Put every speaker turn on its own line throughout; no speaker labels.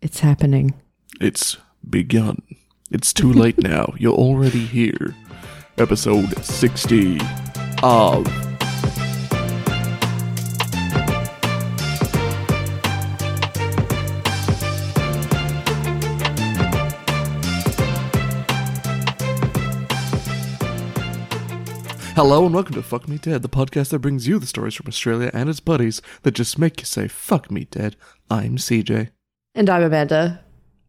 It's happening.
It's begun. It's too late now. You're already here. Episode 60 of. Hello and welcome to Fuck Me Dead, the podcast that brings you the stories from Australia and its buddies that just make you say, Fuck Me Dead. I'm CJ.
And I'm Amanda.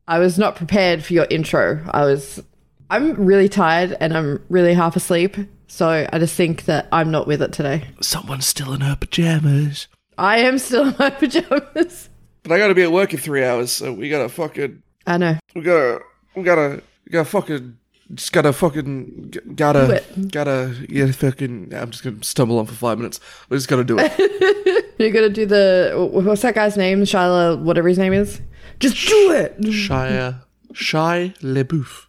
I was not prepared for your intro. I was. I'm really tired and I'm really half asleep. So I just think that I'm not with it today.
Someone's still in her pajamas.
I am still in my pajamas.
But I gotta be at work in three hours, so we gotta fucking
I know.
we gotta we gotta we gotta fucking just gotta fucking g-
Do
gotta
it.
gotta yeah fucking I'm just gonna stumble on for five minutes. We just gotta do it.
You're going to do the. wh- What's that guy's name? Shiloh, whatever his name is? Just do it!
Shia Shia LeBouf.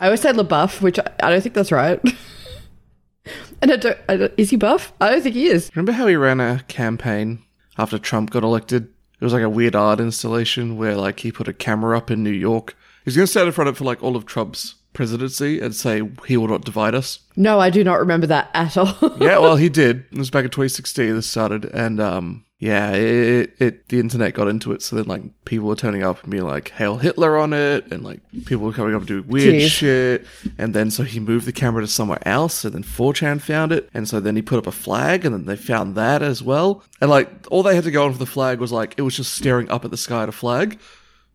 I always said LaBeouf, which I, I don't think that's right. and I don't, I don't. Is he buff? I don't think he is.
Remember how he ran a campaign after Trump got elected? It was like a weird art installation where like he put a camera up in New York. He's gonna stand in front of it for like all of Trump's presidency and say he will not divide us.
No, I do not remember that at all.
yeah, well, he did. It was back in 2016 this started, and um, yeah, it, it the internet got into it. So then, like, people were turning up and being like, "Hail Hitler" on it, and like people were coming up and doing weird
Jeez.
shit. And then so he moved the camera to somewhere else, and then 4chan found it, and so then he put up a flag, and then they found that as well. And like, all they had to go on for the flag was like it was just staring up at the sky at a flag.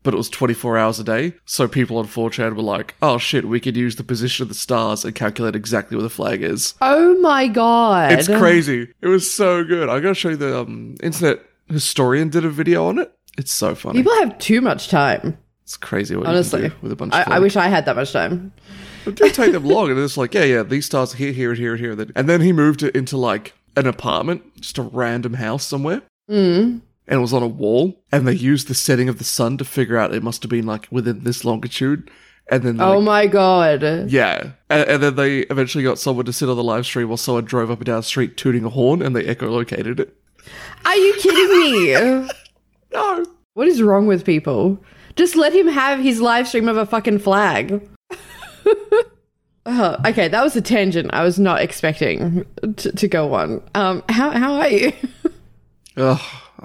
But it was 24 hours a day, so people on 4chan were like, oh shit, we could use the position of the stars and calculate exactly where the flag is.
oh my god.
It's crazy. It was so good. I gotta show you the um, internet historian did a video on it. It's so funny.
People have too much time.
it's crazy what
Honestly,
you can do with a bunch
I,
of.
I wish I had that much time.
it did take them long, and it's like, yeah, yeah, these stars are here, here, and here, and here, and then, and then he moved it into like an apartment, just a random house somewhere.
Mm.
And it was on a wall, and they used the setting of the sun to figure out it must have been like within this longitude, and then like,
oh my god.
yeah, and, and then they eventually got someone to sit on the live stream while someone drove up and down the street tooting a horn, and they echolocated it.
Are you kidding me?
No,
what is wrong with people? Just let him have his live stream of a fucking flag. oh, okay, that was a tangent I was not expecting to, to go on. Um, how how are you?
Ugh,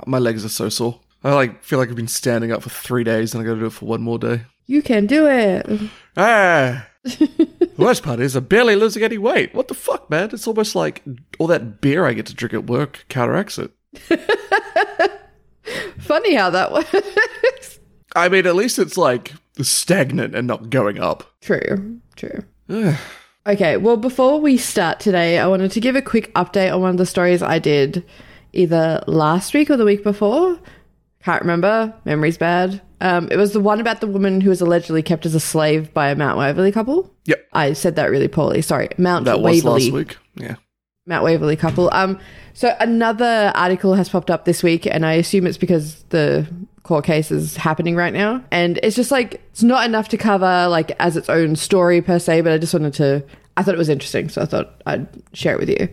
my legs are so sore. I like feel like I've been standing up for three days and I gotta do it for one more day.
You can do it.
Ah! the worst part is I'm barely losing any weight. What the fuck, man? It's almost like all that beer I get to drink at work counteracts it.
Funny how that works.
I mean, at least it's like stagnant and not going up.
True. True.
Ugh.
Okay, well, before we start today, I wanted to give a quick update on one of the stories I did either last week or the week before. Can't remember. Memory's bad. Um, it was the one about the woman who was allegedly kept as a slave by a Mount Waverly couple.
Yep.
I said that really poorly. Sorry. Mount
That was
Waverly.
last week. Yeah.
Matt Waverly couple. Um, so another article has popped up this week, and I assume it's because the court case is happening right now, and it's just like it's not enough to cover like as its own story per se. But I just wanted to. I thought it was interesting, so I thought I'd share it with you.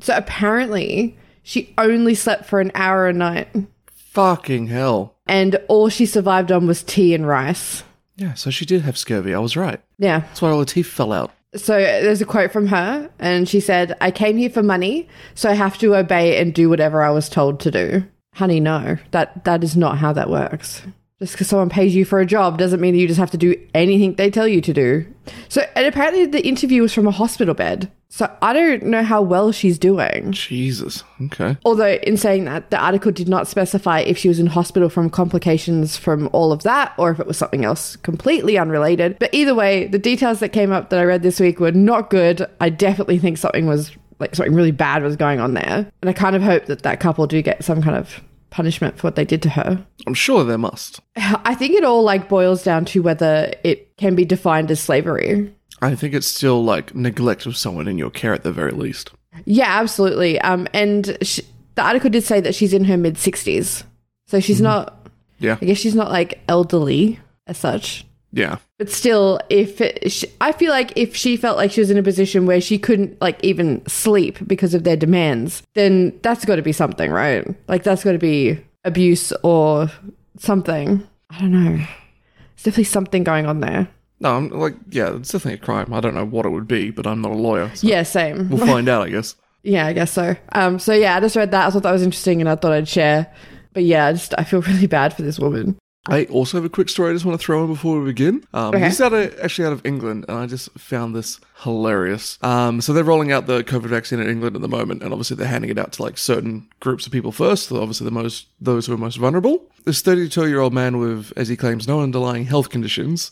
So apparently, she only slept for an hour a night,
Fucking hell.
and all she survived on was tea and rice.
Yeah, so she did have scurvy. I was right.
Yeah.
That's why all her teeth fell out.
So there's a quote from her, and she said, I came here for money, so I have to obey and do whatever I was told to do. Honey, no, that, that is not how that works. Just because someone pays you for a job doesn't mean you just have to do anything they tell you to do. So, and apparently the interview was from a hospital bed. So I don't know how well she's doing.
Jesus. Okay.
Although, in saying that, the article did not specify if she was in hospital from complications from all of that or if it was something else completely unrelated. But either way, the details that came up that I read this week were not good. I definitely think something was like something really bad was going on there. And I kind of hope that that couple do get some kind of punishment for what they did to her.
I'm sure there must.
I think it all like boils down to whether it can be defined as slavery.
I think it's still like neglect of someone in your care at the very least.
Yeah, absolutely. Um, and sh the article did say that she's in her mid 60s. So she's not
Yeah.
I guess she's not like elderly as such.
Yeah.
But still, if it, sh I feel like if she felt like she was in a position where she couldn't like even sleep because of their demands, then that's got to be something, right? Like that's got to be abuse or something. I don't know. There's definitely something going on there.
No, I'm like, yeah, it's definitely a crime. I don't know what it would be, but I'm not a lawyer. So
Yeah, same.
We'll find out, I guess.
Yeah, I guess so. Um, so yeah, I just read that. I thought that was interesting, and I thought I'd share. But yeah, I just I feel really bad for this woman.
I also have a quick story I just want to throw in before we begin. Um,
Okay.
This is out of, actually out of England, and I just found this hilarious. Um, so they're rolling out the COVID vaccine in England at the moment, and obviously they're handing it out to like certain groups of people first. So obviously the most those who are most vulnerable. This 32 year old man with, as he claims, no underlying health conditions.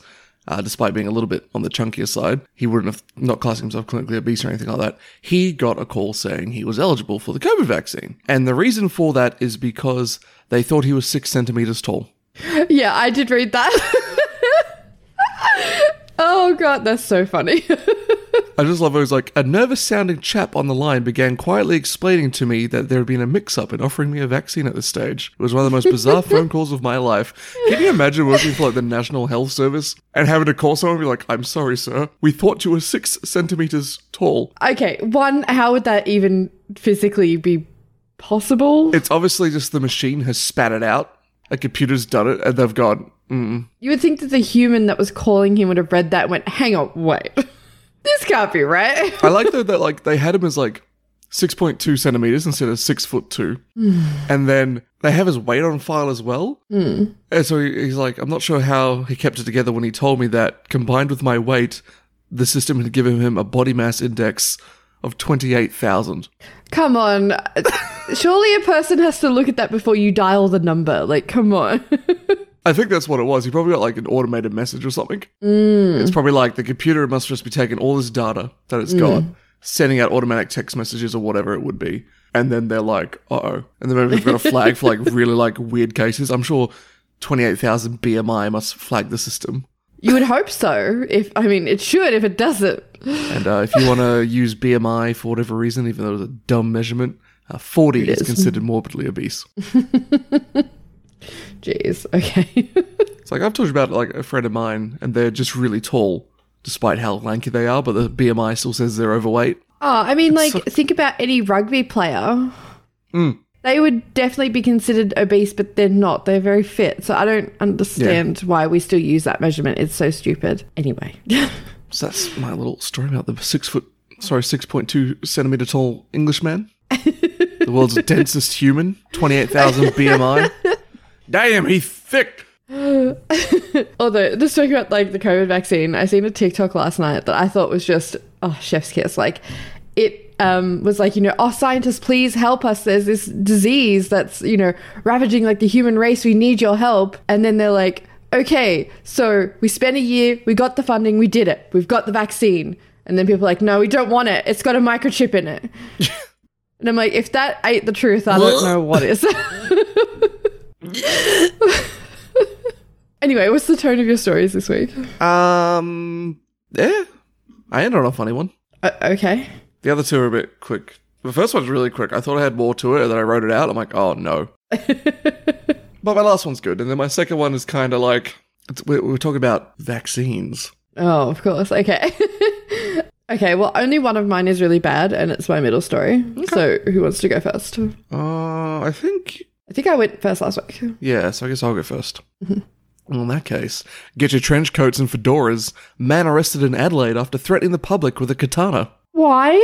Uh, despite being a little bit on the chunkier side, he wouldn't have not classing himself clinically obese or anything like that. He got a call saying he was eligible for the COVID vaccine. And the reason for that is because they thought he was six centimeters tall.
Yeah, I did read that. oh god, that's so funny.
I just love it. It was like, a nervous sounding chap on the line began quietly explaining to me that there had been a mix up in offering me a vaccine at this stage. It was one of the most bizarre phone calls of my life. Can you imagine working for like the National Health Service and having to call someone and be like, I'm sorry, sir, we thought you were six centimeters tall?
okay, one, how would that even physically be possible?
It's obviously just the machine has spat it out. A computer's done it and they've gone, mm.
You would think that the human that was calling him would have read that and went, hang on, wait. This can't be right.
I like though that like they had him as like six point two centimeters instead of six foot two, and then they have his weight on file as well. And so he- he's like, I'm not sure how he kept it together when he told me that combined with my weight, the system had given him a body mass index of twenty eight thousand.
Come on. Surely a person has to look at that before you dial the number. Like, come on.
I think that's what it was. He probably got like an automated message or something. It's probably like the computer must just be taking all this data that it's got, sending out automatic text messages or whatever it would be. And then they're like, uh oh. And then maybe they've got a flag for like really like weird cases. I'm sure 28,000 BMI must flag the system.
you would hope so. If I mean, it should. If it doesn't,
And uh, if you want to use BMI for whatever reason, even though it's a dumb measurement, uh, 40 is considered morbidly obese.
jeez. Okay.
It's like I've talked about like a friend of mine, and they're just really tall, despite how lanky they are, but the BMI still says they're overweight.
Oh, I mean, like, think about any rugby player.
Mm.
They would definitely be considered obese, but they're not. They're very fit. So I don't understand why we still use that measurement. It's so stupid. Anyway.
So that's my little story about the six foot, sorry, six point two centimeter tall Englishman, the world's densest human, twenty eight thousand BMI. Damn, he's thick.
Although, just talking about like the COVID vaccine, I seen a TikTok last night that I thought was just oh chef's kiss. Like it um, was like you know, oh scientists, please help us. There's this disease that's you know ravaging like the human race. We need your help. And then they're like, okay, so we spent a year, we got the funding, we did it, we've got the vaccine. And then people are like, no, we don't want it. It's got a microchip in it. and I'm like, if that ain't the truth, I don't know what is. anyway, what's the tone of your stories this week?
Um, yeah, I ended on a funny one.
Uh, okay.
The other two are a bit quick. The first one's really quick. I thought I had more to it, and then I wrote it out. I'm like, oh no. but my last one's good, and then my second one is kind of like it's, we're, we're talking about vaccines.
Oh, of course. Okay. okay. Well, only one of mine is really bad, and it's my middle story. So, who wants to go first? I
Uh, I think
think I went first last week.
Yeah, so I guess I'll go 1st Well, in that case, get your trench coats and fedoras. Man arrested in Adelaide after threatening the public with a katana.
Why?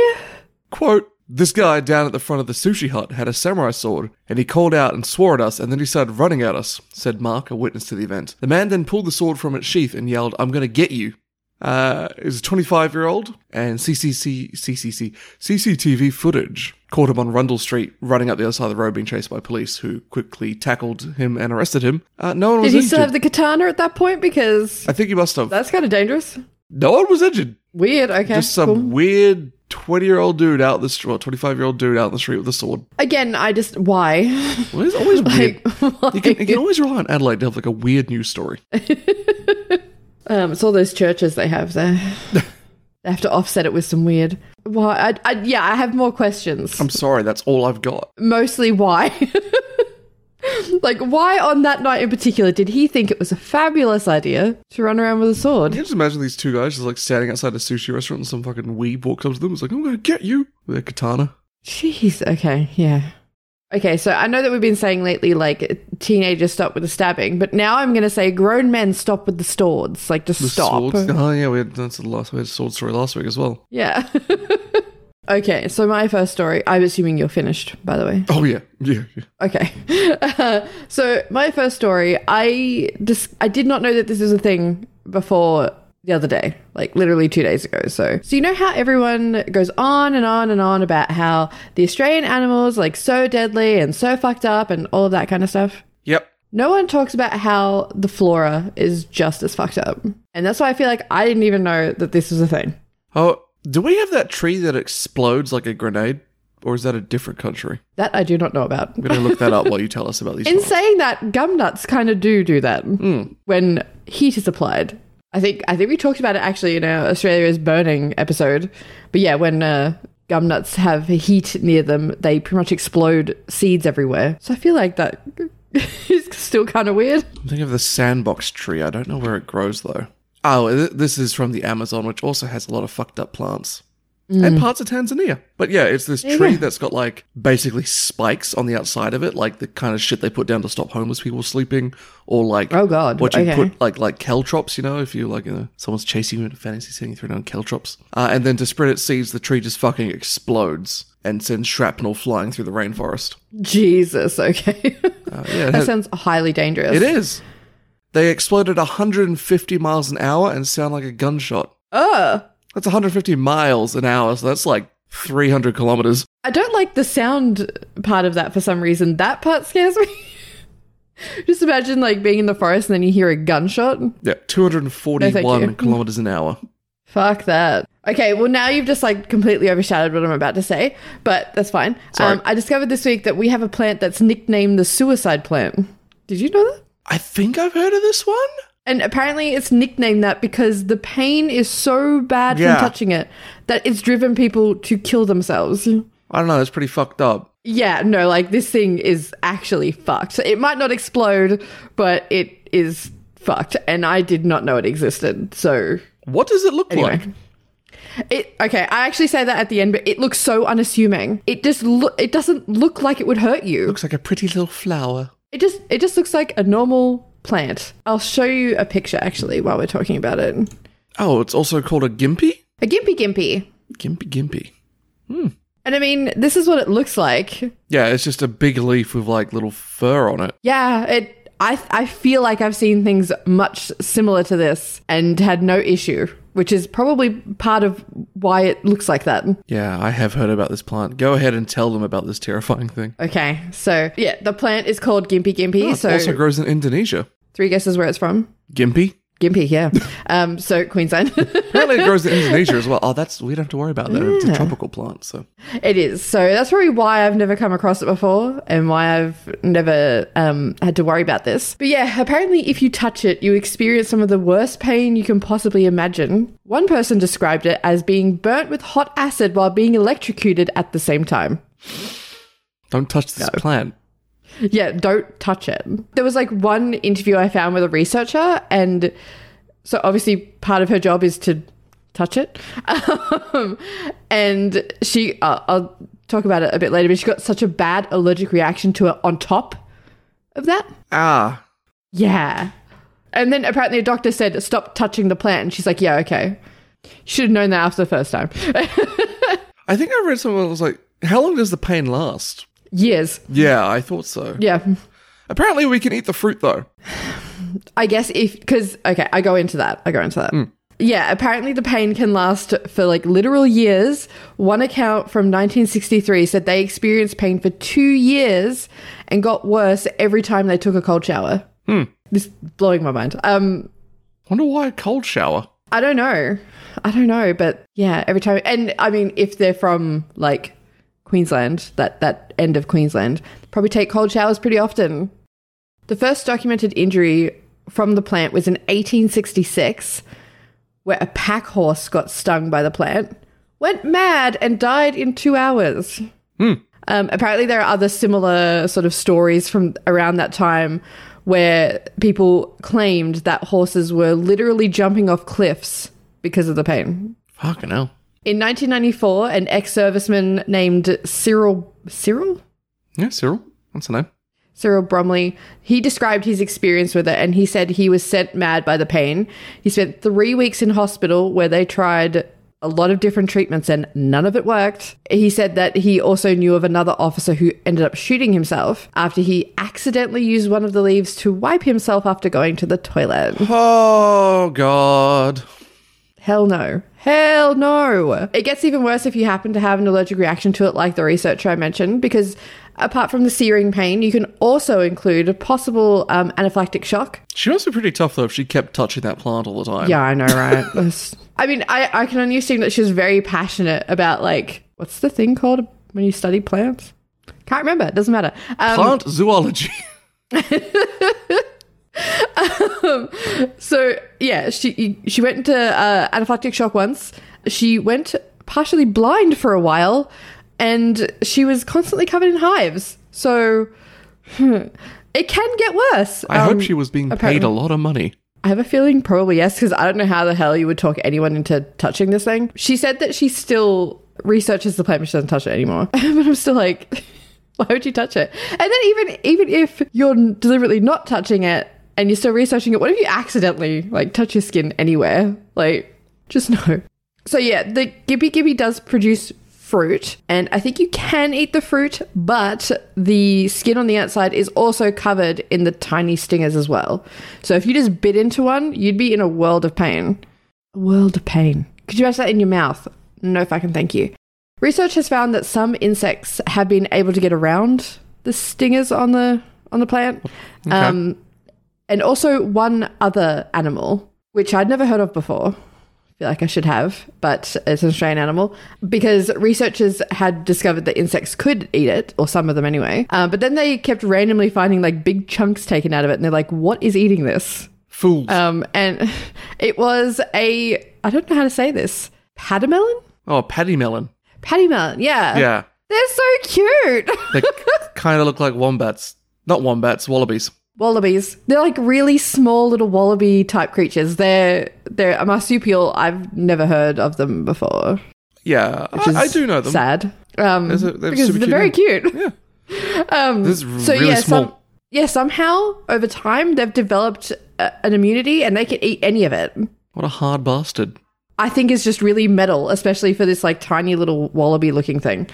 Quote, this guy down at the front of the sushi hut had a samurai sword, and he called out and swore at us, and then he started running at us, said Mark, a witness to the event. The man then pulled the sword from its sheath and yelled, I'm gonna get you. Uh, is a 25 year old, and CCC, CCC, CCTV footage caught him on Rundle Street, running up the other side of the road, being chased by police, who quickly tackled him and arrested him. Uh, no one
Did
was
he
injured.
still have the katana at that point? Because
I think he must have.
that's kind of dangerous.
no one was injured.
Weird. Okay.
Just some
cool.
weird 20 year old dude out the street, 25 year old dude out in the street with a sword.
Again, I just why?
Well, it's always weird.
Like, why?
You can, you can always rely on Adelaide to have like a weird news story.
Um, it's all those churches they have there. they have to offset it with some weird. Why? I, I, yeah, I have more questions.
I'm sorry, that's all I've got.
mostly why. like, why on that night in particular did he think it was a fabulous idea to run around with a sword?
Can you just imagine these two guys just like standing outside a sushi restaurant and some fucking weeb walks up to them? It's like, I'm gonna get you with a katana.
Jeez, okay, yeah. Okay, so I know that we've been saying lately, like teenagers stop with the stabbing, but now I'm going to say grown men stop with the swords. Like, just
The
stop.
Swords. Oh yeah, we had, that's the last we had a sword story last week as well.
Yeah. okay, so my first story. I'm assuming you're finished, by the way.
Oh yeah, yeah. yeah.
Okay. so my first story. I dis- I did not know that this was a thing before the other day, like literally two days ago. So, so you know how everyone goes on and on and on about how the Australian animals like so deadly and so fucked up and all of that kind of stuff.
Yep.
No one talks about how the flora is just as fucked up. And that's why I feel like I didn't even know that this was a thing.
Oh, do we have that tree that explodes like a grenade, or is that a different country?
That I do not know about.
I'm gonna look that up while you tell us about these.
In
plants.
saying that, gum nuts kind of do do that
Hmm.
when heat is applied. I think I think we talked about it actually in our Australia is burning episode. But yeah, when uh, gum nuts have heat near them, they pretty much explode seeds everywhere. So I feel like that is still kind of weird.
I'm thinking of the sandbox tree. I don't know where it grows though. Oh, th- this is from the Amazon, which also has a lot of fucked up plants.
Mm.
And parts of Tanzania. But yeah, it's this tree that's got like basically spikes on the outside of it, like the kind of shit they put down to stop homeless people sleeping, or like
Oh, God.
what you
Okay.
put like like caltrops, you know, if you like you know, someone's chasing you in a fantasy setting through down caltrops, uh, and then to spread its seeds, the tree just fucking explodes and sends shrapnel flying through the rainforest.
Jesus, okay,
Yeah,
that sounds highly dangerous.
Uh, It is. They exploded 150 miles an hour and sound like a gunshot.
Ugh.
That's 150 miles an hour, so that's like 300 kilometers.
I don't like the sound part of that for some reason. That part scares me. Just imagine like being in the forest and then you hear a gunshot. No,
Yeah, 241
thank you.
kilometers an hour.
Fuck that. Okay, well now you've just like completely overshadowed what I'm about to say, but that's fine.
Sorry.
Um, I discovered this week that we have a plant that's nicknamed the suicide plant. Did you know that?
I think I've heard of this one.
And apparently it's nicknamed that because the pain is so bad
Yeah.
from touching it that it's driven people to kill themselves.
I don't know, that's pretty fucked up.
Yeah, no, like this thing is actually fucked. It might not explode, but it is fucked. And I did not know it existed. So
What does it look like?
It okay. I actually say that at the end, but it looks so unassuming. It just look. It doesn't look like it would hurt you.
Looks like a pretty little flower.
It just it just looks like a normal plant. I'll show you a picture actually while we're talking about it.
Oh, it's also called a gimpy?
A gimpy gimpy.
Gimpy gimpy.
And I mean, this is what it looks like.
Yeah, it's just a big leaf with like little fur on it.
Yeah, it. I I feel like I've seen things much similar to this and had no issue, which is probably part of why it looks like that.
Yeah, I have heard about this plant. Go ahead and tell them about this terrifying thing.
Okay, so yeah, the plant is called gimpy gimpy.
It
so
also grows in Indonesia.
three guesses where it's from.
Gimpy?
Gimpy, yeah. Um, so Queensland,
Apparently, it grows in Indonesia as well. Oh, that's we don't have to worry about that. It's a tropical plant, so
it is. So that's probably why I've never come across it before, and why I've never um, had to worry about this. But yeah, apparently, if you touch it, you experience some of the worst pain you can possibly imagine. One person described it as being burnt with hot acid while being electrocuted at the same time.
don't touch this plant.
Yeah, don't touch it. There was like one interview I found with a researcher, and so obviously part of her job is to touch it. Um, and she, uh, I'll talk about it a bit later, but she got such a bad allergic reaction to it on top of that.
Ah,
Yeah. And then apparently a doctor said, stop touching the plant. And she's like, yeah, okay. Should have known that after the first time.
I think I read someone was like, "How long does the pain last?"
Years.
Yeah, I thought so.
Yeah.
Apparently, we can eat the fruit though.
I guess if because okay, I go into that. I go into that. Yeah, apparently the pain can last for like literal years. One account from 1963 said they experienced pain for two years and got worse every time they took a cold shower. This is blowing my mind. Um,
Wonder why a cold shower?
I don't know. I don't know, but yeah, every time. And I mean, if they're from like Queensland, that that end of Queensland, probably take cold showers pretty often. The first documented injury from the plant was in 1866, where a pack horse got stung by the plant, went mad, and died in two hours. Um, apparently, there are other similar sort of stories from around that time where people claimed that horses were literally jumping off cliffs because of the pain.
Fucking hell.
In 1994, an ex-serviceman named Cyril Cyril
Yeah, Cyril. What's her name?
Cyril Bromley, he described his experience with it and he said he was sent mad by the pain. He spent three weeks in hospital where they tried a lot of different treatments and none of it worked. He said that he also knew of another officer who ended up shooting himself after he accidentally used one of the leaves to wipe himself after going to the toilet.
Oh God.
Hell no. Hell no. It gets even worse if you happen to have an allergic reaction to it, like the researcher I mentioned, because apart from the searing pain, you can also include a possible um, anaphylactic shock.
She must be pretty tough though if she kept touching that plant all the time.
Yeah, I know, right? That's- I mean, I, I can only assume that she was very passionate about, like, what's the thing called when you study plants? Can't remember. It doesn't matter. Um,
Plant zoology.
So yeah, she she went into uh, anaphylactic shock once. She went partially blind for a while, and she was constantly covered in hives. So hmm, it can get worse.
I
Um,
hope she was being paid a lot of money.
I have a feeling probably yes, because I don't know how the hell you would talk anyone into touching this thing. She said that she still researches the plant, but she doesn't touch it anymore. but I'm still like, why would you touch it? And then even even if you're deliberately not touching it and you're still researching it, what if you accidentally like touch your skin anywhere? Like, just no. So yeah, the Gibby Gibby does produce fruit, and I think you can eat the fruit, but the skin on the outside is also covered in the tiny stingers as well. So if you just bit into one, you'd be in a world of pain. A world of pain. Could you imagine that in your mouth? No fucking thank you. Research has found that some insects have been able to get around the stingers on the on the plant. Um, and also one other animal, which I'd never heard of before. I feel like I should have, but it's an Australian animal because researchers had discovered that insects could eat it, or some of them anyway. Uh, but then they kept randomly finding like big chunks taken out of it, and they're like, "What is eating this?"
Fools.
Um, and it was a I don't know how to say this patamelon,
oh, patty melon.
patty melon, yeah,
Yeah.
They're so cute.
They kind of look like wombats. Not wombats, wallabies.
wallabies. They're like really small little wallaby type creatures. They're they're a marsupial. I've never heard of them before.
Yeah,
which
I,
is
I do know them.
Sad. Um,
They're so- they're
because
super
they're very
cute, yeah.
cute.
Yeah.
Um,
This is
so
really
yeah, Some,
small.
yeah, somehow over time they've developed a, an immunity and they can eat any of it.
What a hard bastard.
I think is just really metal, especially for this like tiny little wallaby looking thing.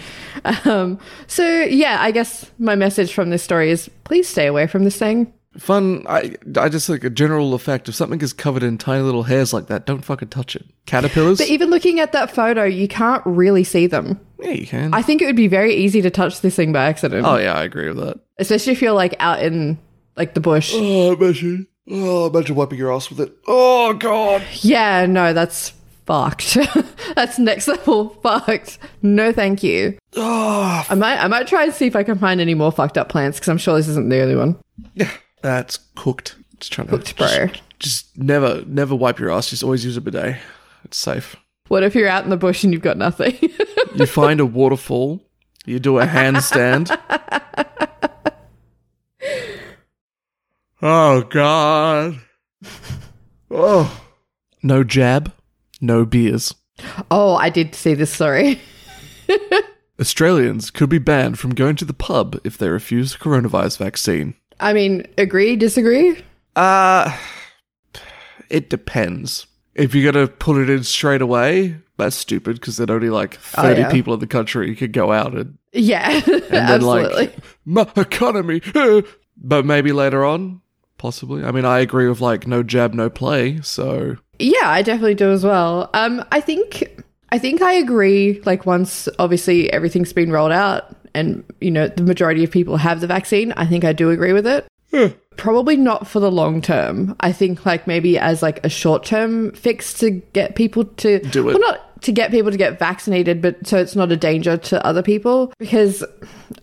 Um, so yeah, I guess my message from this story is please stay away from this thing.
Fun. I, I just like a general effect. If something is covered in tiny little hairs like that, don't fucking touch it. Caterpillars?
But even looking at that photo, you can't really see them.
yeah, you can.
I think it would be very easy to touch this thing by accident,
oh, yeah, I agree with that.
especially if you're like out in like the bush.
Oh, imagine. Oh, imagine wiping your ass with it. Oh, God.
Yeah, no, that's fucked. that's next level fucked. No, thank you.
Oh,
I might, I might try and see if I can find any more fucked up plants because I'm sure this isn't the only one.
yeah. That's cooked. Just trying to.
Cooked, bro.
Just never, never wipe your ass. Just always use a bidet. It's safe.
What if you're out in the bush and you've got nothing?
You find a waterfall, you do a handstand. oh, God. Oh. No jab, no beers.
oh, I did see this story.
Australians could be banned from going to the pub if they refuse the coronavirus vaccine.
I mean, agree, disagree?
Uh, it depends. If you're going to put it in straight away, that's stupid because then only like 30
yeah.
people in the country could go out and
Yeah,
and then
absolutely.
like my economy uh," but maybe later on possibly i mean i agree with like no jab no play so
Yeah, I definitely do as well. Um, I think I think I agree. Like once obviously everything's been rolled out, and you know the majority of people have the vaccine, I think I do agree with it.
Hmm.
Probably not for the long term. I think like maybe as like a short term fix to get people to
Do it.
Well, not to get people to get vaccinated, but so it's not a danger to other people. Because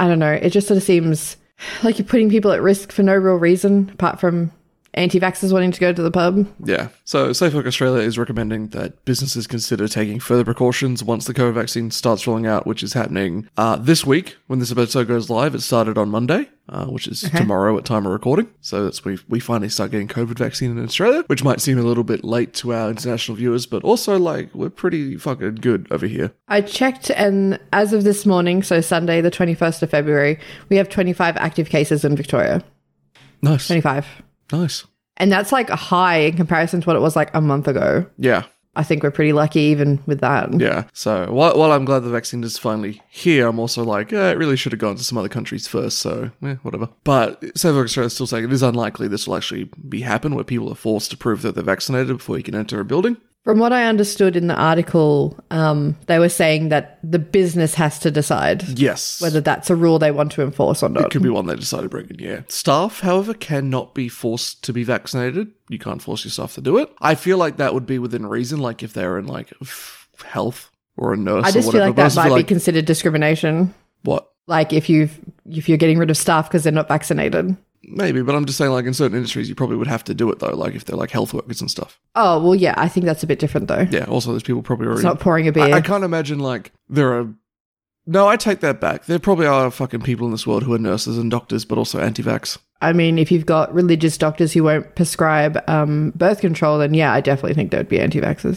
I don't know, it just sort of seems like you're putting people at risk for no real reason apart from anti-vaxxers wanting to go to the pub.
Yeah. So Safe Work Australia is recommending that businesses consider taking further precautions once the COVID vaccine starts rolling out, which is happening uh, this week when this episode goes live. It started on Monday, uh, which is tomorrow at time of recording. So that's we we finally start getting COVID vaccine in Australia, which might seem a little bit late to our international viewers, but also like we're pretty fucking good over here.
I checked, and as of this morning, so Sunday, the 21st of February, we have 25 active cases in Victoria.
Nice,
25.
nice.
And that's like a high in comparison to what it was like a month ago.
Yeah.
I think we're pretty lucky even with that.
Yeah. So while, while I'm glad the vaccine is finally here, I'm also like, eh, it really should have gone to some other countries first. So eh, whatever. But South Africa Australia is still saying it is unlikely this will actually be happen where people are forced to prove that they're vaccinated before you can enter a building.
From what I understood in the article, um, they were saying that the business has to decide
Yes.
whether that's a rule they want to enforce or
it
not.
could be one they decide to bring in, yeah. Staff, however, cannot be forced to be vaccinated. You can't force your staff to do it. I feel like that would be within reason, like if they're in like f- health or a nurse
I
or
just feel
whatever.
like that
but I also
might
feel
be considered discrimination.
what?
Like if you've if you're getting rid of staff because they're not vaccinated.
Maybe, but I'm just saying, like in certain industries, you probably would have to do it though, like if they're like health workers and stuff.
Oh well, yeah, I think that's a bit different though.
Yeah. Also, there's people probably
It's
already.
not pouring a beer.
I, I can't imagine like there are. No, I take that back. There probably are fucking people in this world who are nurses and doctors, but also anti-vax.
I mean, if you've got religious doctors who won't prescribe um, birth control, then yeah, I definitely think there'd be anti-vaxxers.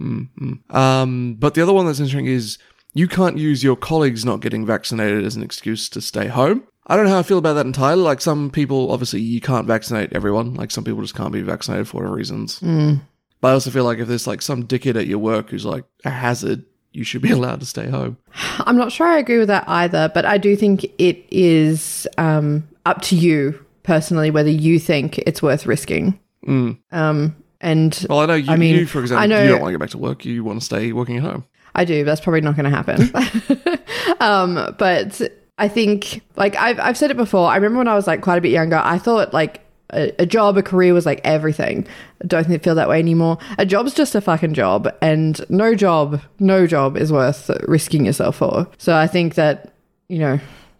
Mm, Um, but the other one that's interesting is you can't use your colleagues not getting vaccinated as an excuse to stay home. I don't know how I feel about that entirely. Like some people, obviously, you can't vaccinate everyone. Like some people just can't be vaccinated for whatever reasons.
Mm.
But I also feel like if there's like some dickhead at your work who's like a hazard, you should be allowed to stay home.
I'm not sure I agree with that either, but I do think it is um, up to you personally whether you think it's worth risking. Um, and
Well, I know you,
I mean,
you for example,
I know-
you don't want to go back to work. You want to stay working at home.
I do. That's probably not going to happen. um, but I think, like I've I've said it before. I remember when I was like quite a bit younger. I thought like a, a job, a career was like everything. I don't think feel that way anymore. A job's just a fucking job, and no job, no job is worth risking yourself for. So I think that you know.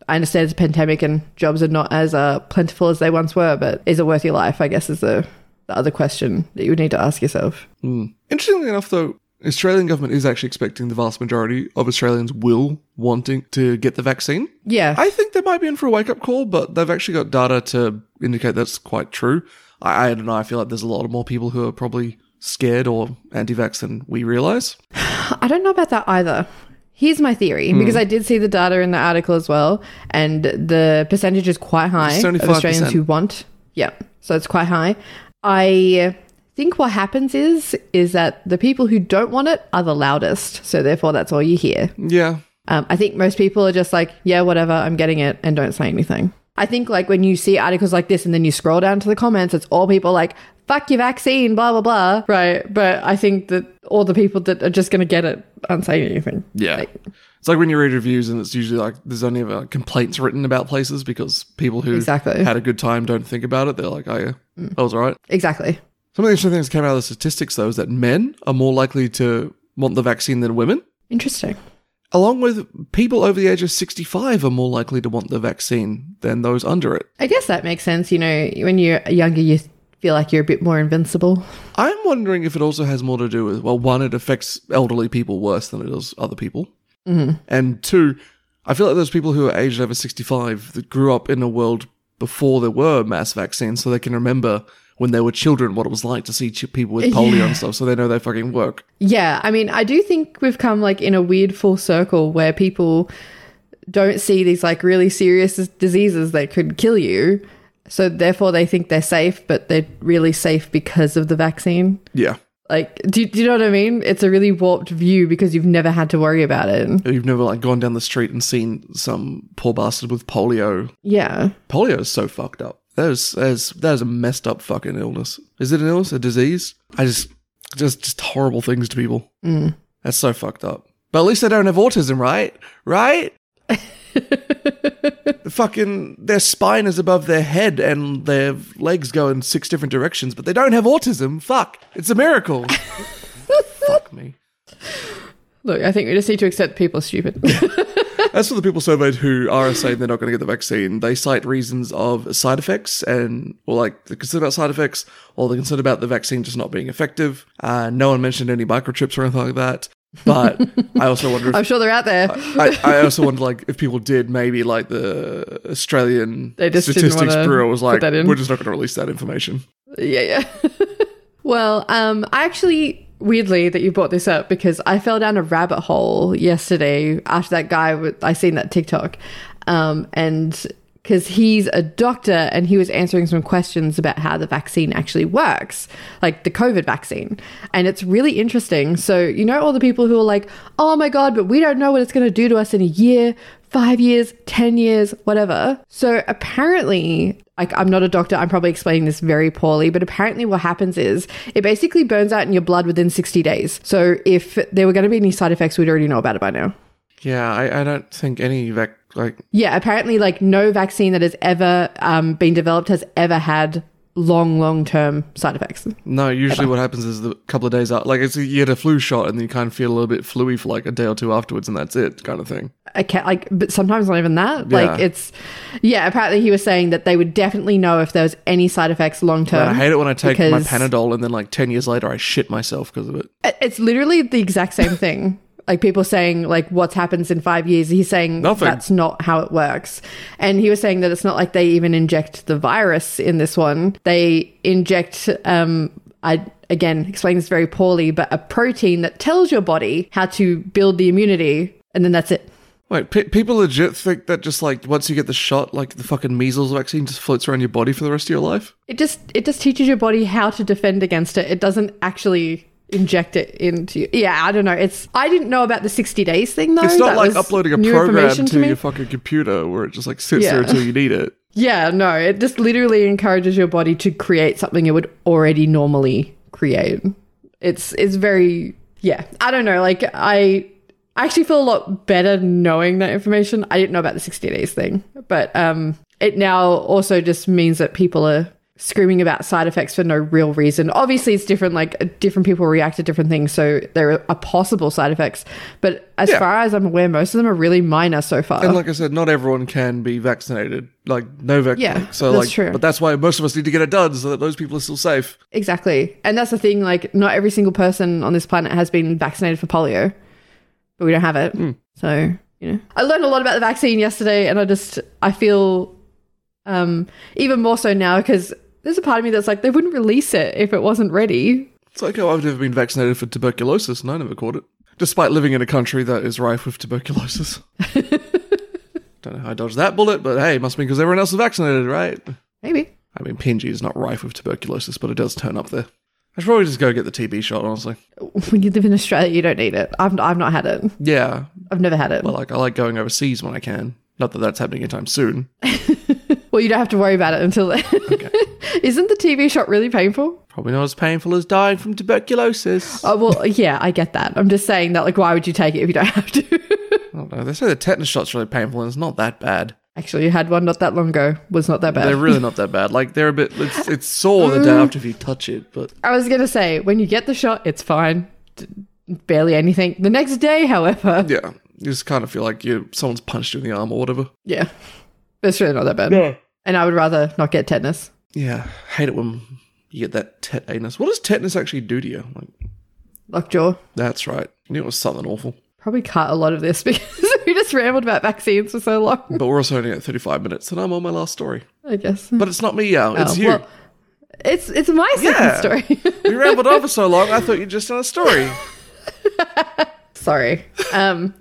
I understand it's a pandemic and jobs are not as uh, plentiful as they once were, but is it worth your life? I guess is the, the other question that you would need to ask yourself.
Interestingly enough, though, Australian government is actually expecting the vast majority of Australians will wanting to get the vaccine.
Yeah.
I think they might be in for a wake up call, but they've actually got data to indicate that's quite true. I, I don't know. I feel like there's a lot more people who are probably scared or anti-vax than we realize.
I don't know about that either. Here's my theory because I did see the data in the article as well, and the percentage is quite high of
75%.
Australians who want. Yeah, so it's quite high. I think what happens is is that the people who don't want it are the loudest, so therefore that's all you hear.
Yeah,
Um, I think most people are just like, yeah, whatever, I'm getting it, and don't say anything. I think like when you see articles like this and then you scroll down to the comments, it's all people like, fuck your vaccine, blah, blah, blah. Right. But I think that all the people that are just going to get it aren't saying anything.
yeah. it's like when you read reviews and it's usually like there's only ever like, complaints written about places because people who
Exactly.
had a good time don't think about it. They're like, oh yeah, that was all right.
Exactly.
Some of the interesting things that came out of the statistics, though, is that men are more likely to want the vaccine than women,
Interesting.
along with people over the age of 65 are more likely to want the vaccine than those under it.
I guess that makes sense. You know, when you're younger, you feel like you're a bit more invincible.
I'm wondering if it also has more to do with, well, one, it affects elderly people worse than it does other people. Mm-hmm. And two, I feel like those people who are aged over 65 that grew up in a world before there were mass vaccines, so they can remember when they were children what it was like to see ch- people with polio and stuff, so they know they fucking work.
Yeah, I mean, I do think we've come like in a weird full circle where people don't see these like really serious dis- diseases that could kill you. So therefore they think they're safe, but they're really safe because of the vaccine.
Yeah.
Like, do, do you know what I mean? It's a really warped view because you've never had to worry about it.
You've never like gone down the street and seen some poor bastard with polio.
Yeah.
Polio is so fucked up. That is that is that is a messed up fucking illness. Is it an illness? A disease? I just just just horrible things to people. That's so fucked up. But at least they don't have autism, right? Right? the fucking their spine is above their head and their legs go in six different directions, but they don't have autism. Fuck. It's a miracle. Fuck me.
Look, I think we just need to accept people are stupid.
As for the people surveyed who are saying they're not going to get the vaccine, they cite reasons of side effects and, or like, the concern about side effects, or the concern about the vaccine just not being effective. Uh, no one mentioned any microchips or anything like that. But I also wonder if
I'm sure they're out there.
I, I also wonder like if people did maybe like the Australian
They just didn't
Statistics
wanna
Bureau was
put
like
that in.
we're just not going to release that information.
Yeah, yeah. well, um, I actually weirdly that you brought this up because I fell down a rabbit hole yesterday after that guy. With, I seen that TikTok, um, and because he's a doctor and he was answering some questions about how the vaccine actually works, like the COVID vaccine, and it's really interesting. So you know all the people who are like, "Oh my god," but we don't know what it's going to do to us in a year five years, 10 years, whatever. So apparently, like, I'm not a doctor, I'm probably explaining this very poorly, but apparently, what happens is it basically burns out in your blood within 60 days. So if there were going to be any side effects, we'd already know about it by now.
Yeah, I, I don't think any vac like
Yeah, apparently, like, no vaccine that has ever um, been developed has ever had long, long term side effects.
no. Usually, what happens is the couple of days out, like it's you get a flu shot and then you kind of feel a little bit fluey for like a day or two afterwards, and that's it, kind of thing.
I can't like, but sometimes not even that. Like,
Yeah.
it's, yeah, apparently, he was saying that they would definitely know if there was any side effects long term.
And I hate it when I take my
Um, because-
Panadol and then like ten years later I shit myself because of it.
It- It's literally the exact same thing. like people saying like what happens in five years. He's saying
Nothing.
that's not how it works. And he was saying that it's not like they even inject the virus in this one. They inject um I again explain this very poorly, but a protein that tells your body how to build the immunity and then that's it.
Wait, pe- people legit think that just like once you get the shot, like the fucking measles vaccine just floats around your body for the rest of your life.
It just it just teaches your body how to defend against it. It doesn't actually inject it into you. Yeah, I don't know. It's I didn't know about the 60 days thing though.
It's not
That
like
was
uploading a
new
program
information
to,
me.
your fucking computer where it just like sits there
Yeah.
until you need it.
Yeah, no, it just literally encourages your body to create something it would already normally create. It's it's very yeah. I don't know, like I I actually feel a lot better knowing that information. I didn't know about the 60 days thing, but um it now also just means that people are screaming about side effects for no real reason. Obviously, it's different like different people react to different things, so there are possible side effects, but as
Yeah.
far as I'm aware, most of them are really minor so far.
And like I said, not everyone can be vaccinated. Like no vaccine.
Yeah,
so
that's
like,
true.
But that's why most of us need to get it done so that those people are still safe.
Exactly. And that's the thing, like, not every single person on this planet has been vaccinated for polio, but we don't have it. So, you know. I learned a lot about the vaccine yesterday, and I just, I feel um, even more so now because there's a part of me that's like, they wouldn't release it if it wasn't ready.
It's like, oh, I've never been vaccinated for tuberculosis, and I never caught it, despite living in a country that is rife with tuberculosis. Don't know how I dodged that bullet, but hey, must be because everyone else is vaccinated, right?
Maybe.
I mean, Pingy is not rife with tuberculosis, but it does turn up there. I should probably just go get the TB shot, honestly.
When you live in Australia, you don't need it. I've, I've not had it.
Yeah,
I've never had it.
but
Well,
like I like going overseas when I can. Not that that's happening anytime soon.
you don't have to worry about it until. Isn't the TV shot really painful?
Probably not as painful as dying from tuberculosis.
Oh, well, yeah, I get that. I'm just saying that, like, why would you take it if you don't have to?
I don't know. They say the tetanus shot's really painful and it's not that bad.
Actually, had one not that long ago. Was not that bad.
They're really not that bad. Like they're a bit. It's, it's sore the day after if you touch it, but
I was gonna say when you get the shot, it's fine, D- barely anything. The next day, however,
yeah, you just kind of feel like you someone's punched you in the arm or whatever.
yeah, it's really not that bad. And I would rather not get tetanus.
Yeah, hate it when you get that tetanus. What does tetanus actually do to you? Like
Lockjaw
that's right. I knew it was something awful.
probably cut a lot of this because we just rambled about vaccines for so long.
But we're also only at thirty-five minutes, and I'm on my last story.
I guess.
But it's not me, Yao. It's
Oh,
you.
well, it's it's my
Yeah.
second story.
we rambled on for so long. I thought you just done a story.
Sorry. Um,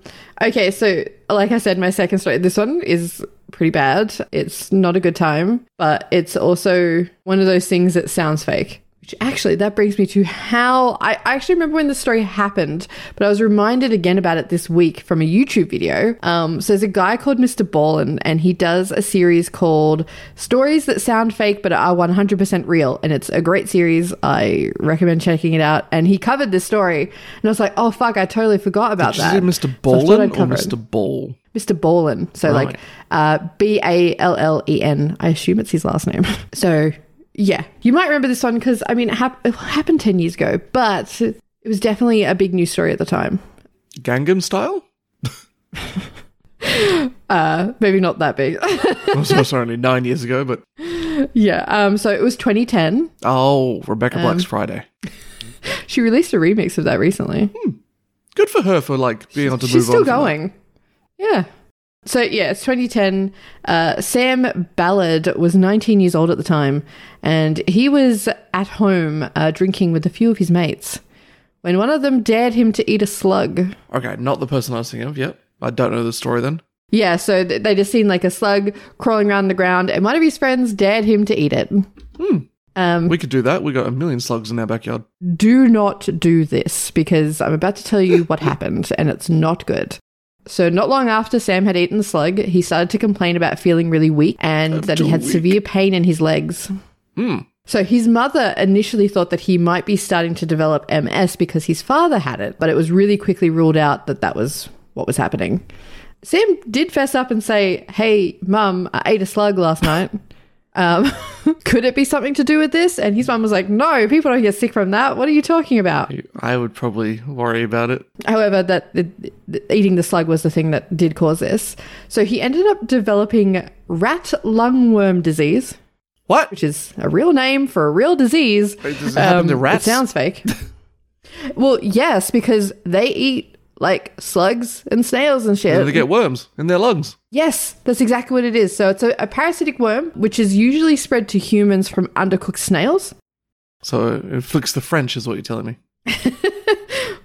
okay, so like I said, my second story. This one is pretty bad. It's not a good time, but it's also one of those things that sounds fake. Which actually, that brings me to how I, I actually remember when the story happened, but I was reminded again about it this week from a YouTube video. Um, so there's a guy called Mr. Ballin, and he does a series called Stories That Sound Fake But Are 100% Real. And it's a great series. I recommend checking it out. And he covered this story, and I was like, oh, fuck, I totally forgot about
Did you
that.
say Mr.
So I thought
Bolin
I'd
or
cover it.
Mr. Ball?
Mr. Ballin. So like uh, B A L L E N. I assume it's his last name. So yeah, you might remember this one because I mean, it, hap- it happened ten years ago, but it was definitely a big news story at the time.
Gangnam Style.
Uh, maybe not that big.
I'm so sorry, only nine years ago, but
yeah. Um, so it was 2010.
oh, Rebecca Black's
Um,
Friday.
She released a remix of that recently.
Good for her for like being able to Hmm. move
She's still
on. from that.
going. Yeah. So yeah, it's 2010. Uh, Sam Ballard was 19 years old at the time, and he was at home uh, drinking with a few of his mates when one of them dared him to eat a slug.
Okay, not the person I was thinking of. Yep, I don't know the story then.
Yeah, so th- they just seen like a slug crawling around the ground, and one of his friends dared him to eat it. Um,
We could do that. We got a million slugs in our backyard.
do not do this because I'm about to tell you what happened and it's not good. So, not long after Sam had eaten the slug, he started to complain about feeling really weak and that he
too
had
weak.
severe pain in his legs.
Hmm.
So, his mother initially thought that he might be starting to develop MS because his father had it, but it was really quickly ruled out that that was what was happening. Sam did fess up and say, Hey, mum, I ate a slug last night. Um, could it be something to do with this? And his mum was like, No, people don't get sick from that. What are you talking about?
I would probably worry about it.
However, that the, the- eating the slug was the thing that did cause this. So he ended up developing rat lungworm disease,
What?
which is a real name for a real disease. Um,
Wait, does it happen to rats?
It sounds fake. well, yes, because they eat like slugs and snails and shit.
They get worms in their lungs.
Yes, that's exactly what it is. So it's a, a parasitic worm, which is usually spread to humans from undercooked snails.
So it inflicts the French, is what you're telling me.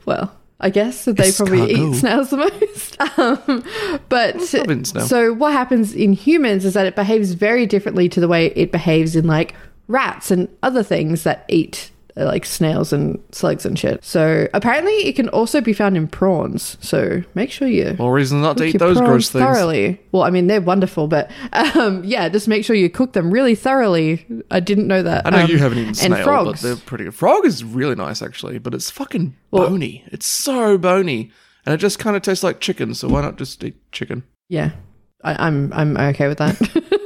Well, I guess that they probably
Escargot.
eat snails the most. Um, but
I've eaten snail.
so what happens in humans is that it behaves very differently to the way it behaves in like rats and other things that eat uh, like snails and slugs and shit. So apparently it can also be found in prawns. So make sure you
More reason not to eat
your
those
prawns
gross things.
thoroughly. Well, I mean they're wonderful, but um, yeah, just make sure you cook them really thoroughly. I didn't know that.
I know
Um,
you haven't eaten snail,
and
but
frogs.
they're pretty good. Frog is really nice, actually, but it's fucking bony. It's so bony. And it just kind of tastes like chicken, so why not just eat chicken?
Yeah, I, I'm I'm okay with that.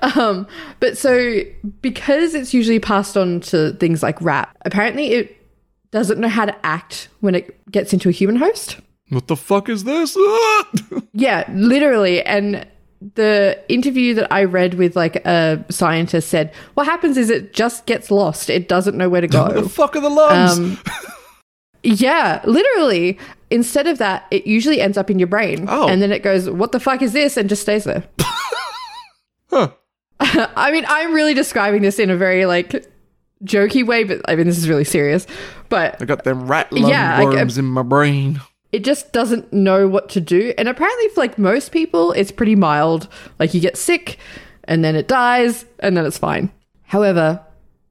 um, but so because it's usually passed on to things like rat, apparently it doesn't know how to act when it gets into a human host.
What the fuck is this? Ah!
Yeah, literally. And the interview that I read with like a scientist said, what happens is it just gets lost. It doesn't know where to
what the
go.
fuck are the lungs?
Um, yeah, literally. Instead of that, it usually ends up in your brain.
Oh.
And then it goes, what the fuck is this? And just stays there.
huh.
I mean, I'm really describing this in a very like jokey way, but I mean, this is really serious. But
I got them rat lung
Yeah, I-
worms in my brain.
it just doesn't know what to do. And apparently, for like most people, it's pretty mild. Like you get sick and then it dies and then it's fine. However,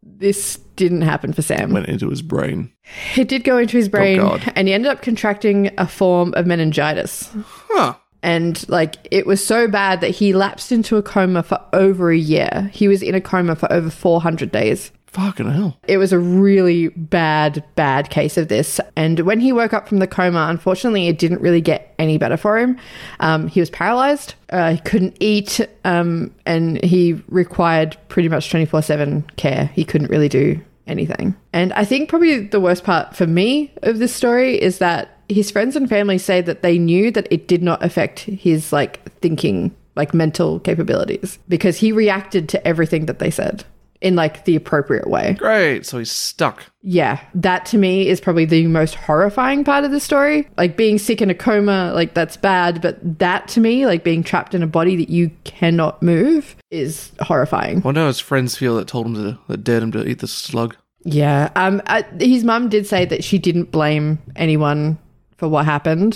this didn't happen for Sam.
Went into his brain.
It did go into his brain
God.
and he ended up contracting a form of meningitis.
Huh.
And like it was so bad that he lapsed into a coma for over a year. He was in a coma for over 400 days.
Fucking hell.
It was a really bad, bad case of this. And when he woke up from the coma, unfortunately, it didn't really get any better for him. Um, he was paralyzed, uh, he couldn't eat, um, and he required pretty much 24 7 care. He couldn't really do anything. And I think probably the worst part for me of this story is that his friends and family say that they knew that it did not affect his like thinking, like mental capabilities, because he reacted to everything that they said in like the appropriate way.
Great. So he's stuck.
Yeah, that to me is probably the most horrifying part of the story. Like being sick in a coma, like that's bad, but that to me, like being trapped in a body that you cannot move is horrifying.
Well, no, his friends feel that told him to, that dared him to eat the slug.
Yeah. Um I, his mum did say that she didn't blame anyone for what happened.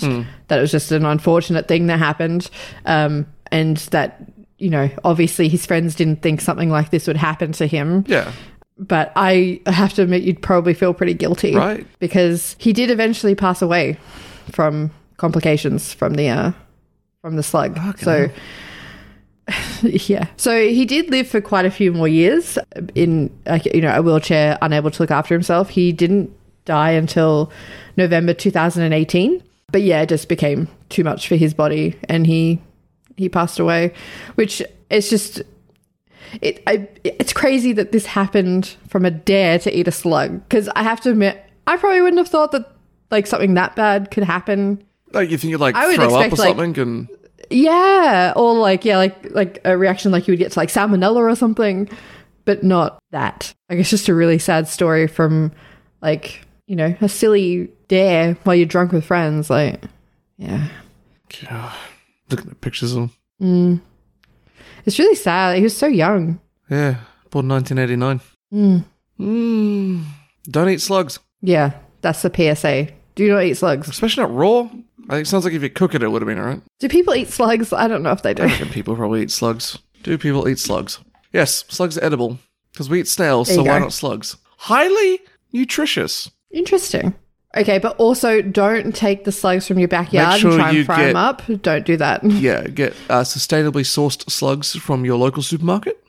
That it was just an unfortunate thing that happened. Um and that you know, obviously his friends didn't think something like this would happen to him.
Yeah.
But I have to admit, you'd probably feel pretty guilty,
Right.
Because he did eventually pass away from complications from the uh, from the slug. So yeah, so he did live for quite a few more years uh, in like you know a wheelchair, unable to look after himself. He didn't die until November 2018. But yeah, it just became too much for his body, and he he passed away, which it's just it, I, it's crazy that this happened from a dare to eat a slug because I have to admit I probably wouldn't have thought that like something that bad could happen.
Like you think you'd like
would
throw up or
expect, like-
something, and
Yeah, or like yeah, like like a reaction like you would get to like salmonella or something, but not that. Like it's just a really sad story from like you know a silly dare while you're drunk with friends. Like yeah,
God. Look at the pictures of him.
it's really sad. Like, he was so young.
Yeah, born 1989.
Hmm.
Mm. Don't eat slugs,
Yeah, that's the PSA. Do not eat slugs.
especially not raw. I think it sounds like if you cook it, it would have been all right.
Do people eat slugs? I don't know if they do.
And people probably eat slugs. Do people eat slugs? Yes, slugs are edible because we eat snails, so
you
why
go.
not slugs? Highly nutritious.
Interesting. Okay, but also don't take the slugs from your backyard
sure
and try
you
and fry
get-
them up. Don't do that.
Yeah, get uh, sustainably sourced slugs from your local supermarket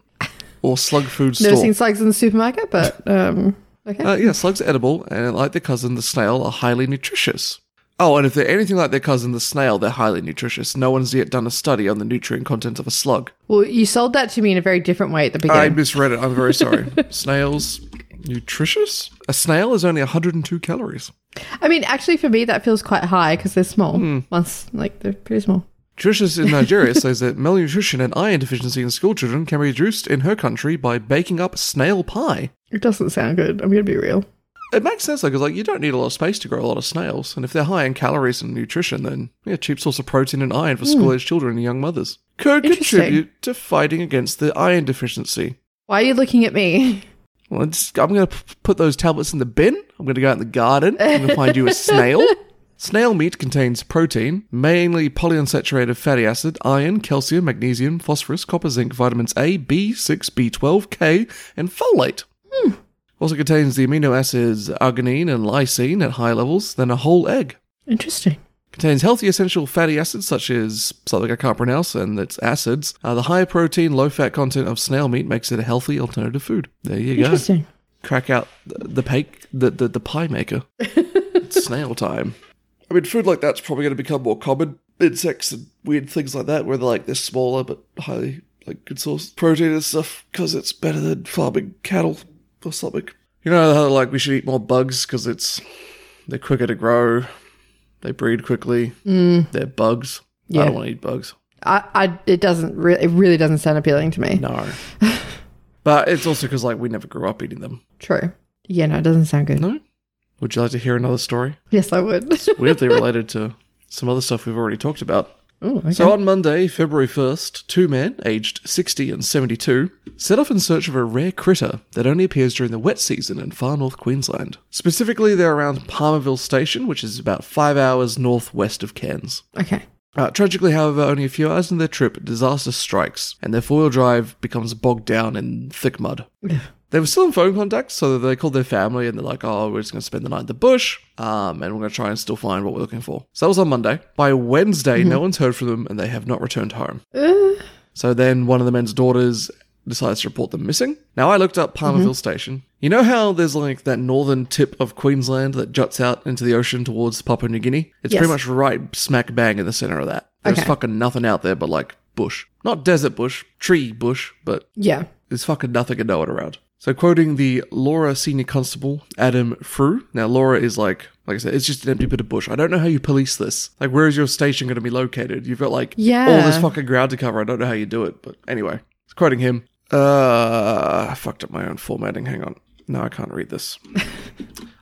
or slug food
Never
store.
seen slugs in the supermarket, but um, okay.
Uh, yeah, slugs are edible, and like their cousin, the snail, are highly nutritious. Oh, and if they're anything like their cousin, the snail, they're highly nutritious. No one's yet done a study on the nutrient content of a slug.
Well, you sold that to me in a very different way at the
I
beginning.
misread it. I'm very sorry. Snails nutritious? A snail is only 102 calories.
I, mean, actually, for me, that feels quite high because they're small.
Hmm.
Once, like, they're pretty small.
Nutritious in Nigeria says that malnutrition and iron deficiency in schoolchildren can be reduced in her country by baking up snail pie.
It doesn't sound good. I'm going to be real.
It makes sense though, because like you don't need a lot of space to grow a lot of snails, and if they're high in calories and nutrition, then yeah, cheap source of protein and iron for school-aged children and young mothers could
Interesting.
contribute to fighting against the iron deficiency.
Why are you looking at me?
Well, it's, I'm going to p- put those tablets in the bin. I'm going to go out in the garden. I'm going to find you a snail. Snail meat contains protein, mainly polyunsaturated fatty acid, iron, calcium, magnesium, phosphorus, copper, zinc, vitamins A, B6, B12, K, and folate. Also contains the amino acids arginine and lysine at high levels, then a whole egg.
Interesting.
Contains healthy essential fatty acids such as something I can't pronounce, and it's acids. Uh, the high protein, low fat content of snail meat makes it a healthy alternative food. There you go
Interesting.
crack out the the, pake, the, the, the pie maker. it's snail time. I mean, food like that's probably going to become more common. Insects and weird things like that, where they're like they're smaller but highly like good source of protein and stuff, because it's better than farming cattle or something. You know how like we should eat more bugs because it's they're quicker to grow, they breed quickly, they're bugs. I
Yeah.
don't want to eat bugs.
I, I, it doesn't really, it really doesn't sound appealing to me.
No, but it's also because like we never grew up eating them.
True. Yeah, no, it doesn't sound good.
No. Would you like to hear another story?
Yes, I would.
weirdly related to some other stuff we've already talked about.
Ooh, okay.
So on Monday, February 1st, two men, aged 60 and 72, set off in search of a rare critter that only appears during the wet season in far north Queensland. Specifically, they're around Palmerville Station, which is about five hours northwest of Cairns.
okay.
Uh, tragically, however, only a few hours into their trip, disaster strikes, and their four-wheel drive becomes bogged down in thick mud. They were still in phone contact, so they called their family and they're like, oh, we're just going to spend the night in the bush um, and we're going to try and still find what we're looking for. So that was on Monday. By Wednesday,
Mm-hmm.
no one's heard from them and they have not returned home.
Uh.
So then one of the men's daughters decides to report them missing. Now I looked up
Mm-hmm.
Palmerville Station. You know how there's like that northern tip of Queensland that juts out into the ocean towards Papua New Guinea? It's
Yes.
pretty much right smack bang in the center of that. There's
Okay.
fucking nothing out there but like bush. Not desert bush, tree bush, but
Yeah.
there's fucking nothing and no one around. So quoting the Laura senior constable, Adam Frew. Now Laura is like, like I said, it's just an empty bit of bush. I don't know how you police this. Like, where is your station going to be located? You've got like
Yeah.
all this fucking ground to cover. I don't know how you do it, but anyway, it's quoting him. Uh, I fucked up my own formatting. Hang on. No, I can't read this.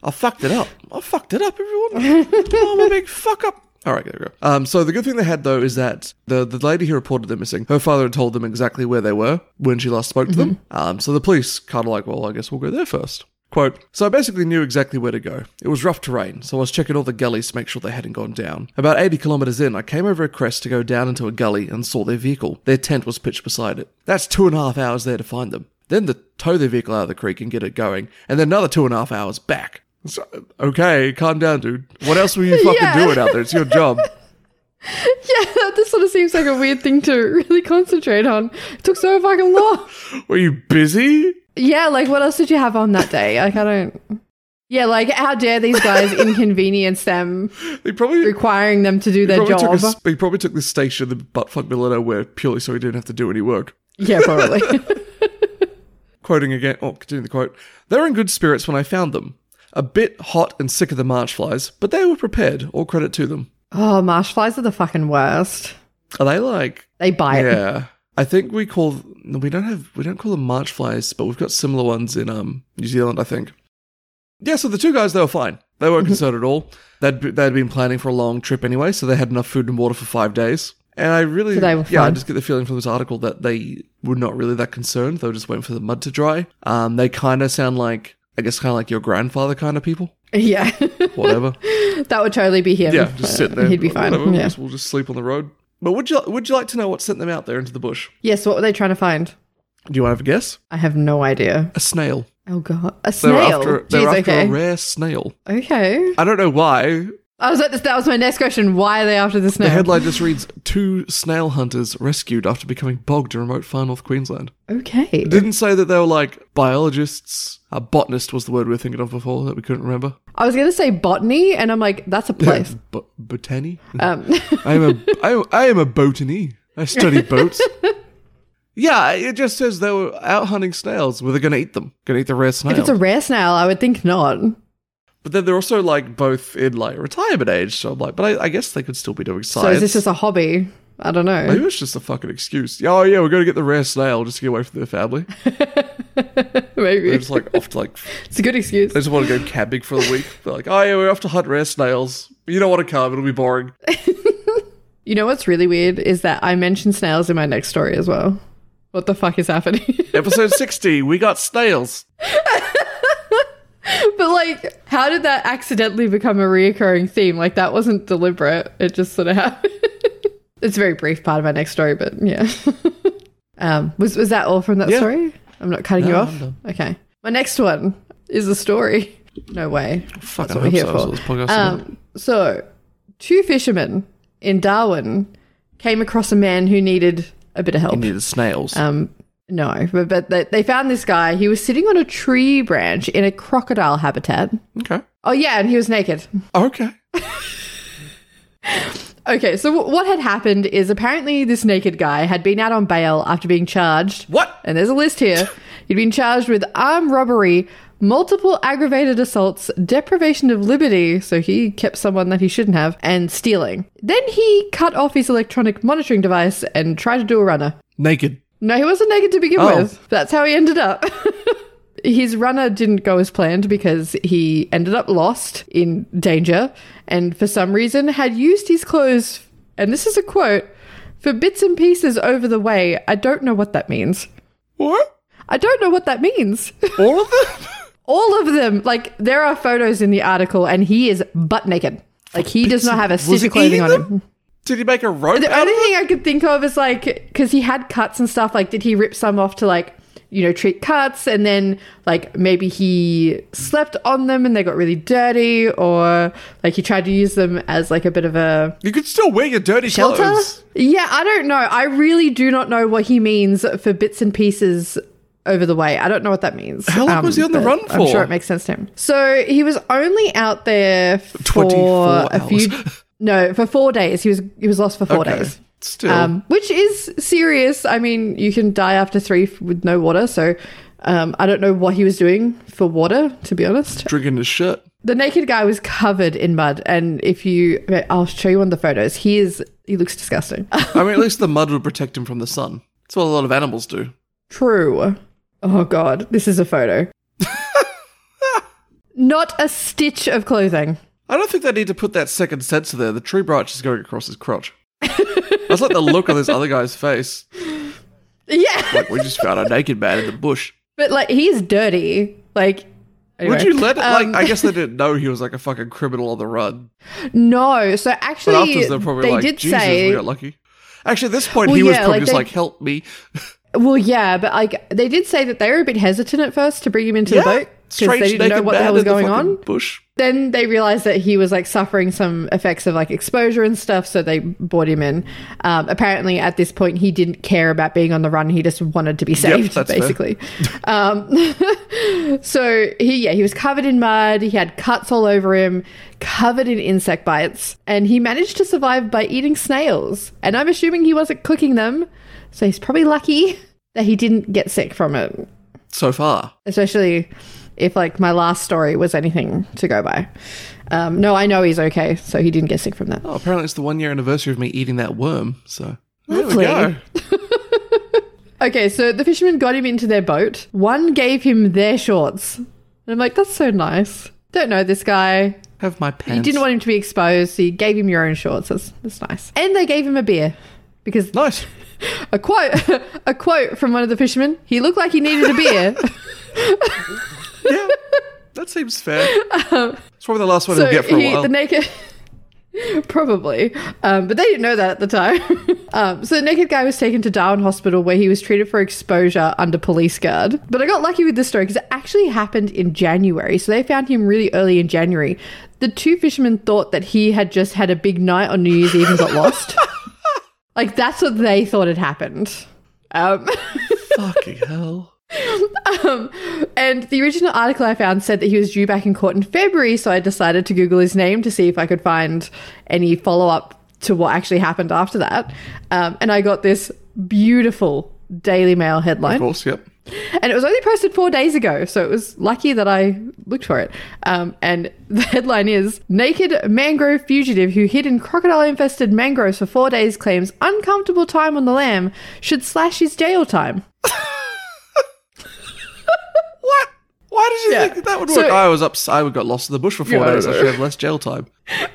I fucked it up. I fucked it up, everyone. oh, my big fuck up. All right, there we go. Um, so the good thing they had though is that the the lady who reported them missing, her father had told them exactly where they were when she last spoke to them. Um, so the police kind of like, well, I guess we'll go there first. Quote, so I basically knew exactly where to go. It was rough terrain, so I was checking all the gullies to make sure they hadn't gone down. About 80 kilometers in, I came over a crest to go down into a gully and saw their vehicle. Their tent was pitched beside it. That's two and a half hours there to find them. Then to tow their vehicle out of the creek and get it going, and then another two and a half hours back. So, uh, okay, calm down, dude. What else were you fucking
Yeah.
doing out there? It's your job.
Yeah, this sort of seems like a weird thing to really concentrate on. It took so fucking long.
Were you busy?
Yeah, like what else did you have on that day? Like I don't. Yeah, like how dare these guys inconvenience them,
They probably, they
requiring them to do their
probably took
job?
us- they probably took this station in the buttfuck middle of nowhere purely so he didn't have to do any work.
yeah, probably.
Quoting again, oh, continue the quote. They were in good spirits when I found them. A bit hot and sick of the march flies, but they were prepared. All credit to them.
oh, marsh flies are the fucking worst.
Are they like
They buy it.
Yeah. I think we call we don't have we don't call them March flies, but we've got similar ones in um New Zealand, I think. Yeah, so the two guys they were fine. They
Mm-hmm.
weren't concerned at all. They'd be- they'd been planning for a long trip anyway, so they had enough food and water for five days. And I really
So they were
yeah, I
fine.
just get the feeling from this article that they were not really that concerned. They were just waiting for the mud to dry. Um, they kind of sound like I guess kind of like your grandfather kind of people.
Yeah.
Whatever.
that would totally be him.
yeah, just sit there.
He'd be fine.
Whatever, we'll,
Yeah.
just, we'll just sleep on the road. But would you would you like to know what sent them out there into the bush?
Yes, what were they trying to find?
Do you want to have a guess?
I have no idea.
A snail.
Oh god. A
They were
snail.
after, they
Jeez,
were after
okay.
a rare snail.
okay.
I don't know why.
I was like this that was my next question. Why are they after the snail?
The headline just reads Two snail hunters rescued after becoming bogged in remote far north Queensland.
okay.
It didn't say that they were like biologists. A botanist was the word we were thinking of before that we couldn't remember.
I was gonna say botany and I'm like, that's a place.
Bo- botany?
Um
I am a I am, I am a botany. I study boats. yeah, it just says they were out hunting snails. Were they going to eat them? Going to eat the rare snail?
if it's a rare snail, I would think not.
but then they're also like both in like retirement age. So I'm like, but I, I guess they could still be doing science.
So is this just a hobby? I don't know.
Maybe it's just a fucking excuse. Yeah, Oh yeah, we're going to get the rare snail just to get away from their family. They're
Maybe.
just like off to like
It's a good excuse.
they just want to go camping for the week. They're like, oh yeah, we're off to hunt rare snails. You don't want to come; it'll be boring.
You know what's really weird is that I mentioned snails in my next story as well. What the fuck is happening?
Episode sixty, we got snails.
but like, how did that accidentally become a reoccurring theme? Like that wasn't deliberate. It just sort of happened. it's a very brief part of my next story, but yeah. um, was was that all from that
Yeah.
story? I'm not cutting you
No,
off.
I'm done.
Okay. My next one is a story. No way.
Fuck,
That's what we're here
so.
for.
This podcast
Um, so, two fishermen in Darwin came across a man who needed a bit of help.
needed snails.
Um, no, but, but they, they found this guy. He was sitting on a tree branch in a crocodile habitat.
okay,
Oh, yeah, and he was naked.
okay.
Okay, so w- what had happened is apparently this naked guy had been out on bail after being charged.
What?
And there's a list here. He'd been charged with armed robbery, multiple aggravated assaults, deprivation of liberty, so he kept someone that he shouldn't have, and stealing. Then he cut off his electronic monitoring device and tried to do a runner.
Naked.
No, he wasn't naked to begin
Oh.
with. That's how he ended up. His runner didn't go as planned because he ended up lost in danger and for some reason had used his clothes, and this is a quote, for bits and pieces over the way. I don't know what that means.
What?
I don't know what that means.
All of them?
All of them, like, there are photos in the article, and he is butt naked. Like, he does not have a
Was
stitch
he
of clothing
eating
on
them?
him.
Did he make a rope?
The
out of
only
it?
thing I could think of is like, because he had cuts and stuff. Like, did he rip some off to like, you know, treat cuts, and then like maybe he slept on them and they got really dirty, or like he tried to use them as like a bit of a
You could still wear your dirty
shelter?
clothes.
Yeah, I don't know. I really do not know what he means for bits and pieces over the way. I don't know what that means. Um,
How long was he on the
but
run
I'm
for?
sure it makes sense to him. So he was only out there for
24
a few.
hours.
No, for four days. He was he was lost for four
Okay.
days.
Still.
Um, which is serious. I mean, you can die after three f- with no water. So um, I don't know what he was doing for water, to be honest.
drinking his shit.
The naked guy was covered in mud. And if you, I'll show you one of the photos. He is, he looks disgusting.
I mean, at least the mud would protect him from the sun. That's what a lot of animals do.
True. Oh, God. This is a photo. Not a stitch of clothing.
I don't think they need to put that second sensor there. The tree branch is going across his crotch. That's like the look on this other guy's face.
Yeah.
Like, we just found a naked man in the bush.
But like, he's dirty. Like,
Would
anyway.
you let it? Like,
Um,
I guess they didn't know he was like a fucking criminal on the run.
No. So
But
actually,
afterwards, they're probably
they
like,
did
Jesus,
say.
we got lucky. Actually, at this point,
Well,
he was
yeah,
probably
like,
just
they-
like, help me.
Well, yeah, but like they did say that they were a bit hesitant at first to bring him into the boat because
Strange
they didn't know
naked
what the
man
hell was
in
going
fucking
on.
Bush.
Then they realized that he was like suffering some effects of like exposure and stuff, so they brought him in. Um, apparently, at this point, he didn't care about being on the run; he just wanted to be saved,
that's fair.
basically. um, so he, yeah, he was covered in mud. He had cuts all over him, covered in insect bites, and he managed to survive by eating snails. And I'm assuming he wasn't cooking them, so he's probably lucky that he didn't get sick from it
So far.
especially if like my last story was anything to go by. Um, no, I know he's okay, so he didn't get sick from that.
Oh, apparently it's the one year anniversary of me eating that worm. So There we go.
Okay, so the fishermen got him into their boat. One gave him their shorts. And I'm like, that's so nice. Don't know this guy.
Have my
You
pants.
didn't want him to be exposed, so you gave him your own shorts. That's, that's nice. And they gave him a beer. Because
nice.
a quote a quote from one of the fishermen, he looked like he needed a beer.
Yeah, that seems fair. it's probably the last one
Um, so
he'll get for a
he-
while.
the naked Probably, um, but they didn't know that at the time. um, so the naked guy was taken to Darwin Hospital where he was treated for exposure under police guard. But I got lucky with this story because it actually happened in January. So they found him really early in January. The two fishermen thought that he had just had a big night on New Year's Eve and got lost. Like that's what they thought had happened. Um,
Fucking hell.
And the original article I found said that he was due back in court in February, so I decided to Google his name to see if I could find any follow up to what actually happened after that. Um, and I got this beautiful Daily Mail
Of
headline.
course, yep.
And it was only posted four days ago, so it was lucky that I looked for it. Um, and the headline is Naked Mangrove Fugitive Who Hid in Crocodile Infested Mangroves for Four Days Claims Uncomfortable Time on the Lamb Should Slash His Jail Time.
What? Why did you
Yeah.
think that would
So-
work? I was up. I got lost in the bush for four
Yeah, I
days. I
know.
should have less jail time.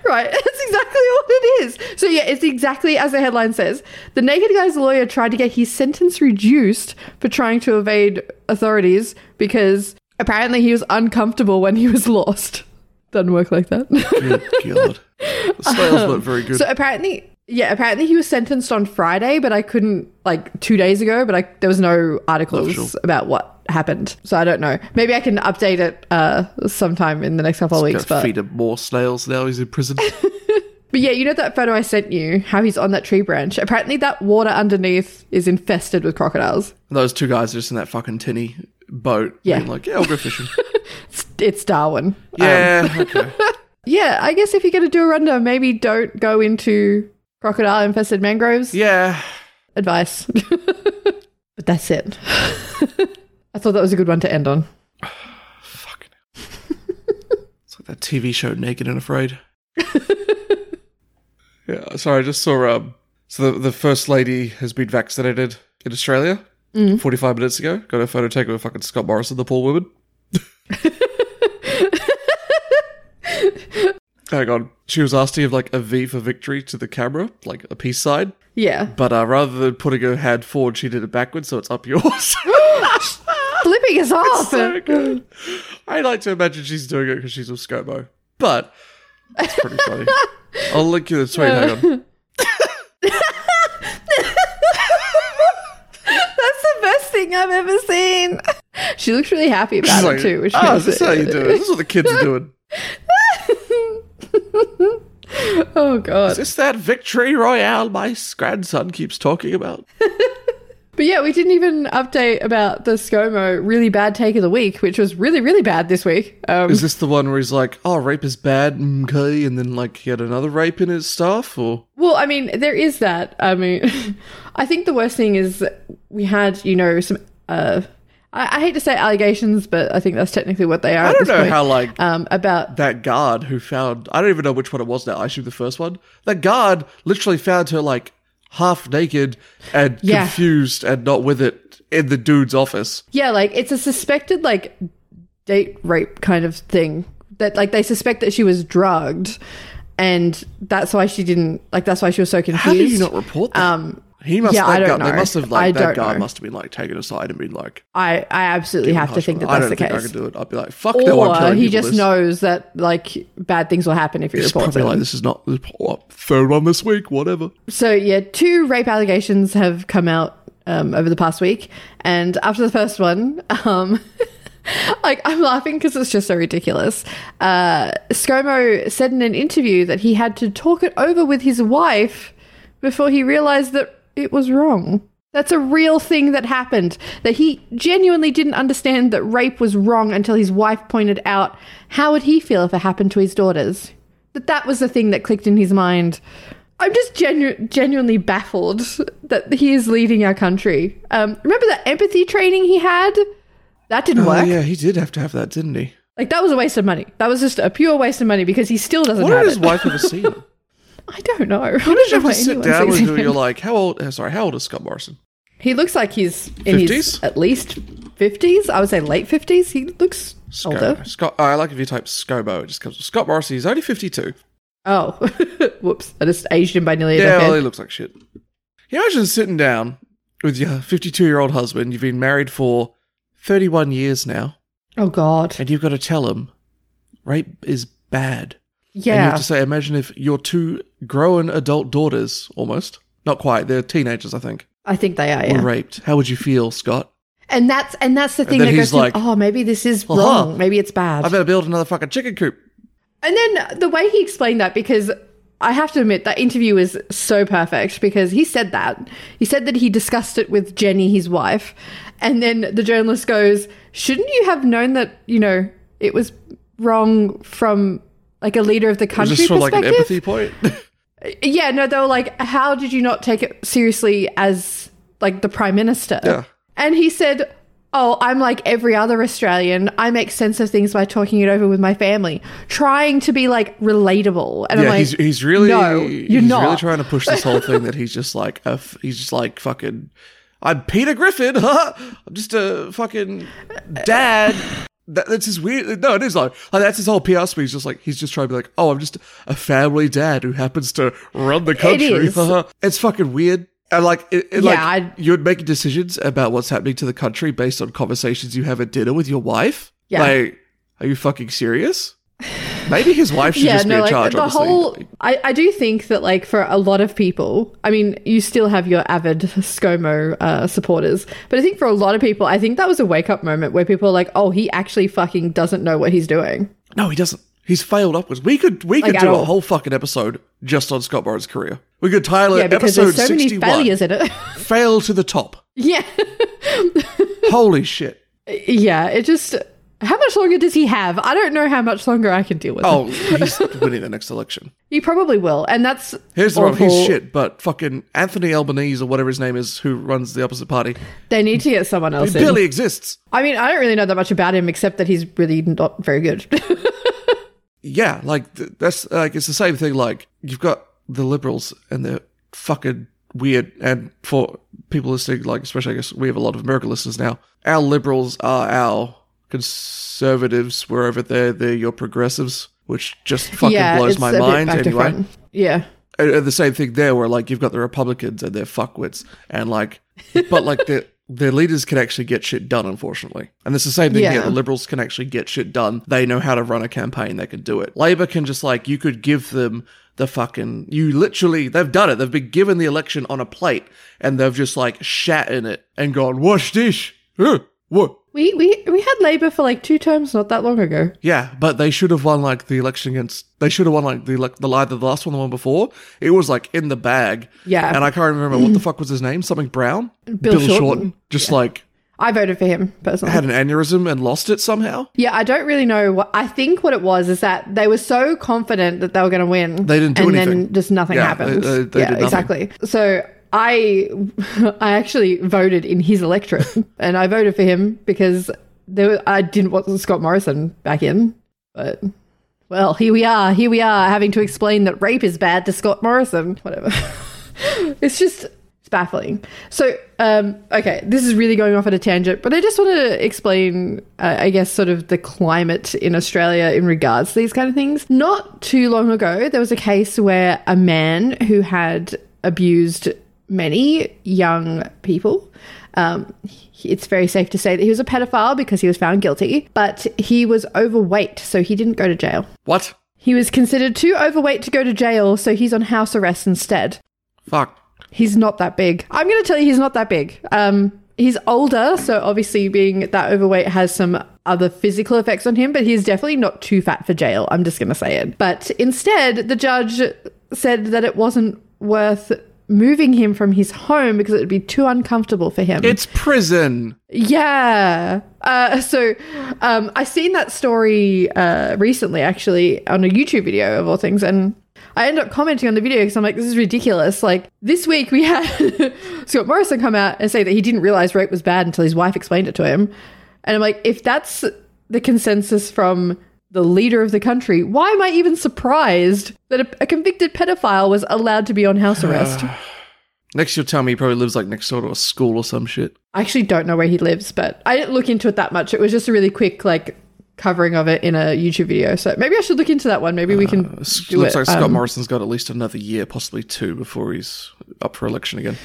Right, that's exactly what it is. So yeah, it's exactly as the headline says. The naked guy's lawyer tried to get his sentence reduced for trying to evade authorities because apparently he was uncomfortable when he was lost. Doesn't work like that.
Good God. The sales weren't very good.
so apparently, yeah, apparently he was sentenced on Friday, but I couldn't like two days ago. But I there was no articles
sure.
about what happened, so I don't know. Maybe I can update it uh sometime in the next couple of
Gotta
weeks. But
feed him more snails now he's in prison.
But yeah, you know that photo I sent you, how he's on that tree branch. Apparently, that water underneath is infested with crocodiles.
Those two guys are just in that fucking tinny boat.
Yeah.
being like, yeah, I'll go fishing. Um,
It's, it's Darwin. Uh,
yeah, okay.
Yeah, I guess if you're going to do a rundown, maybe don't go into crocodile infested mangroves.
Yeah.
Advice. but that's it. I thought that was a good one to end on.
Fucking hell. It's like that TV show Naked and Afraid. yeah, sorry, I just saw um so the, the first lady has been vaccinated in Australia forty five minutes ago. Got a photo taken with fucking Scott Morrison, the poor woman. Hang on. She was asked to give like a V for victory to the camera, like a peace sign.
Yeah.
But uh, rather than putting her hand forward, she did it backwards, so it's up yours.
Flipping us off.
so good. I like to imagine she's doing it because she's with ScoMo, but it's pretty funny. I'll link you the tweet. Hang on.
that's the best thing I've ever seen. She looks really happy about
She's
it
like,
too. which
oh,
makes
is this how you do it? This is what the kids are doing.
Oh, God.
Is this that victory royale my grandson keeps talking about?
But yeah, we didn't even update about the ScoMo really bad take of the week, which was really, really bad this week. Um,
Is this the one where he's like, oh, rape is bad, okay, and then like he had another rape in his stuff? Or
well, I mean, there is that. I mean, I think the worst thing is that we had, you know, some. Uh, I, I hate to say allegations, but I think that's technically what they are.
I
at
don't
this
know
point.
how like
Um, about
that guard who found I don't even know which one it was now, I assume the first one. That guard literally found her like half naked and
Yeah.
confused and not with it in the dude's office.
yeah, like it's a suspected like date rape kind of thing that like they suspect that she was drugged, and that's why she didn't like that's why she was so confused.
How do you not report that?
um,
he must
yeah,
that
I don't
guard, they
know.
must have
I
like that
don't
guard
know.
must have been like taken aside and been like
I, I absolutely have to
"Hush,
think that
I
that's
don't
the
think I
case.
can do it. I'd be like, fuck no, I'm
or
telling
he
people
just
this.
knows that like bad things will happen if he
It's
reports
probably
it.
like this is not the third one this week, whatever.
so yeah, two rape allegations have come out um, over the past week, and after the first one, um, like I'm laughing because it's just so ridiculous. Uh, ScoMo said in an interview that he had to talk it over with his wife before he realized that it was wrong. That's a real thing that happened. That he genuinely didn't understand that rape was wrong until his wife pointed out how would he feel if it happened to his daughters. That that was the thing that clicked in his mind. I'm just genu- genuinely baffled that he is leading our country. Um, remember that empathy training he had? That didn't
Oh
work.
yeah, he did have to have that, didn't he?
Like that was a waste of money. That was just a pure waste of money because he still doesn't
What
have
did
it.
his wife ever see him?
I don't know. I
When did
don't
you
know
ever
why
sit
anyone
down
sees
with who
him.
you're like, how old? uh, Sorry, how old is Scott Morrison?
He looks like he's in
50s?
his at least fifties. I would say late fifties. He looks
Sco-
older.
Scott. I like if you type Scobo, it just comes. Scott Morrison. He's only fifty-two.
Oh, whoops! I just aged him by nearly a
Yeah, well, he
decade.
looks like shit. Can you imagine sitting down with your 52 year old husband? You've been married for 31 years now,
Oh god.
and you've got to tell him rape is bad. And you
Yeah.
have to say, imagine if your two grown adult daughters, almost, not quite, they're teenagers, I think,
I think they are.
were
Yeah.
raped. How would you feel, Scott?
And that's and that's the thing
then
that
he's
goes.
like,
Like, oh, maybe this is
"Uh-huh.
wrong. Maybe it's bad.
I better build another fucking chicken coop.
And then the way he explained that, because I have to admit, that interview was so perfect because he said that. He said that he discussed it with Jenny, his wife. And then the journalist goes, Shouldn't you have known that, you know, it was wrong from like a leader of the country
Just from like an
perspective?
empathy point.
Yeah, no, they were like, How did you not take it seriously as like the prime minister?
Yeah.
And he said, Oh, I'm like every other Australian. I make sense of things by talking it over with my family, trying to be like relatable. And I'm
yeah,
like,
he's, he's really
No, you're
he's
not.
really trying to push this whole thing that he's just like a f- he's just like fucking I'm Peter Griffin. Huh? I'm just a fucking dad. That, that's his weird. No, it is like, like that's his whole PR speech. Just like he's just trying to be like, oh, I'm just a family dad who happens to run the country.
is.
it's fucking weird. And like, it, it,
Yeah,
like
I-
you're making decisions about what's happening to the country based on conversations you have at dinner with your wife.
Yeah.
Like, are you fucking serious? Maybe his wife should
yeah,
just be
no,
in
like
charge.
the
honestly.
whole. I, I do think that, like, for a lot of people, I mean, you still have your avid ScoMo uh, supporters, but I think for a lot of people, I think that was a wake up moment where people are like, oh, he actually fucking doesn't know what he's doing.
No, he doesn't. He's failed upwards. We could we
Like,
could
at
do a
all.
whole fucking episode just on Scott Morrison's career. We could title it
Yeah, because
episode
there's so many
61.
failures in it.
Fail to the top.
yeah.
Holy shit.
Yeah, it just. How much longer does he have? I don't know how much longer I can deal with. it.
Oh, he's winning the next election.
He probably will, and that's
Here's the problem.
awful.
He's shit, but fucking Anthony Albanese or whatever his name is who runs the opposite party.
They need to get someone else
He
in.
barely exists.
I mean, I don't really know that much about him except that he's really not very good.
Yeah, like th- that's like it's the same thing. Like you've got the liberals and they're fucking weird. And for people listening, like especially I guess we have a lot of American listeners now. Our liberals are our conservatives wherever they're they're your progressives, which just fucking
yeah,
blows
it's
my
a bit
mind.
back to
Anyway,
front. yeah,
and, and the same thing there, where like you've got the Republicans and they're fuckwits, and like, but like the. Their leaders can actually get shit done, unfortunately. And it's the same thing here.
Yeah.
The liberals can actually get shit done. They know how to run a campaign. They can do it. Labor can just like, you could give them the fucking, you literally, they've done it. They've been given the election on a plate and they've just like shat in it and gone, wash dish. Huh, what?
we we we had Labour for like two terms not that long ago.
Yeah, but they should have won like the election against. They should have won like the elec- the either the last one, or the one before. It was like in the bag.
Yeah.
and I can't remember what the fuck was his name. Something Brown.
Bill Shorten.
Just like
I voted for him personally.
had an aneurysm and lost it somehow.
yeah, I don't really know. what I think what it was is that they were so confident that they were going to win.
They didn't do
and
anything.
then just nothing
Yeah,
happened.
they- they- they
yeah,
did nothing.
exactly. So I, I actually voted in his electorate, and I voted for him because there were, I didn't want Scott Morrison back in. But well, here we are. Here we are having to explain that rape is bad to Scott Morrison. Whatever. it's just. It's baffling. So, um, okay, this is really going off at a tangent, but I just want to explain, uh, I guess, sort of the climate in Australia in regards to these kind of things. Not too long ago, there was a case where a man who had abused many young people. Um, he- it's very safe to say that he was a pedophile because he was found guilty, but he was overweight, so he didn't go to jail.
What?
He was considered too overweight to go to jail, so he's on house arrest instead.
Fuck.
He's not that big. I'm going to tell you, he's not that big. Um, he's older, so obviously being that overweight has some other physical effects on him, but he's definitely not too fat for jail. I'm just going to say it. But instead, the judge said that it wasn't worth moving him from his home because it would be too uncomfortable for him.
It's prison.
Yeah. Uh, so um, I seen that story uh, recently, actually, on a YouTube video of all things, and I end up commenting on the video because I'm like, this is ridiculous. Like this week we had Scott Morrison come out and say that he didn't realize rape was bad until his wife explained it to him, and I'm like, if that's the consensus from the leader of the country, why am I even surprised that a, a convicted pedophile was allowed to be on house arrest?
Next, you'll tell me he probably lives like next door to a school or some shit.
I actually don't know where he lives, but I didn't look into it that much. It was just a really quick like covering of it in a YouTube video. So maybe I should look into that one. Maybe we can
Uh, S-
do
looks
it.
like Scott
um,
Morrison's got at least another year, possibly two, before he's up for election again.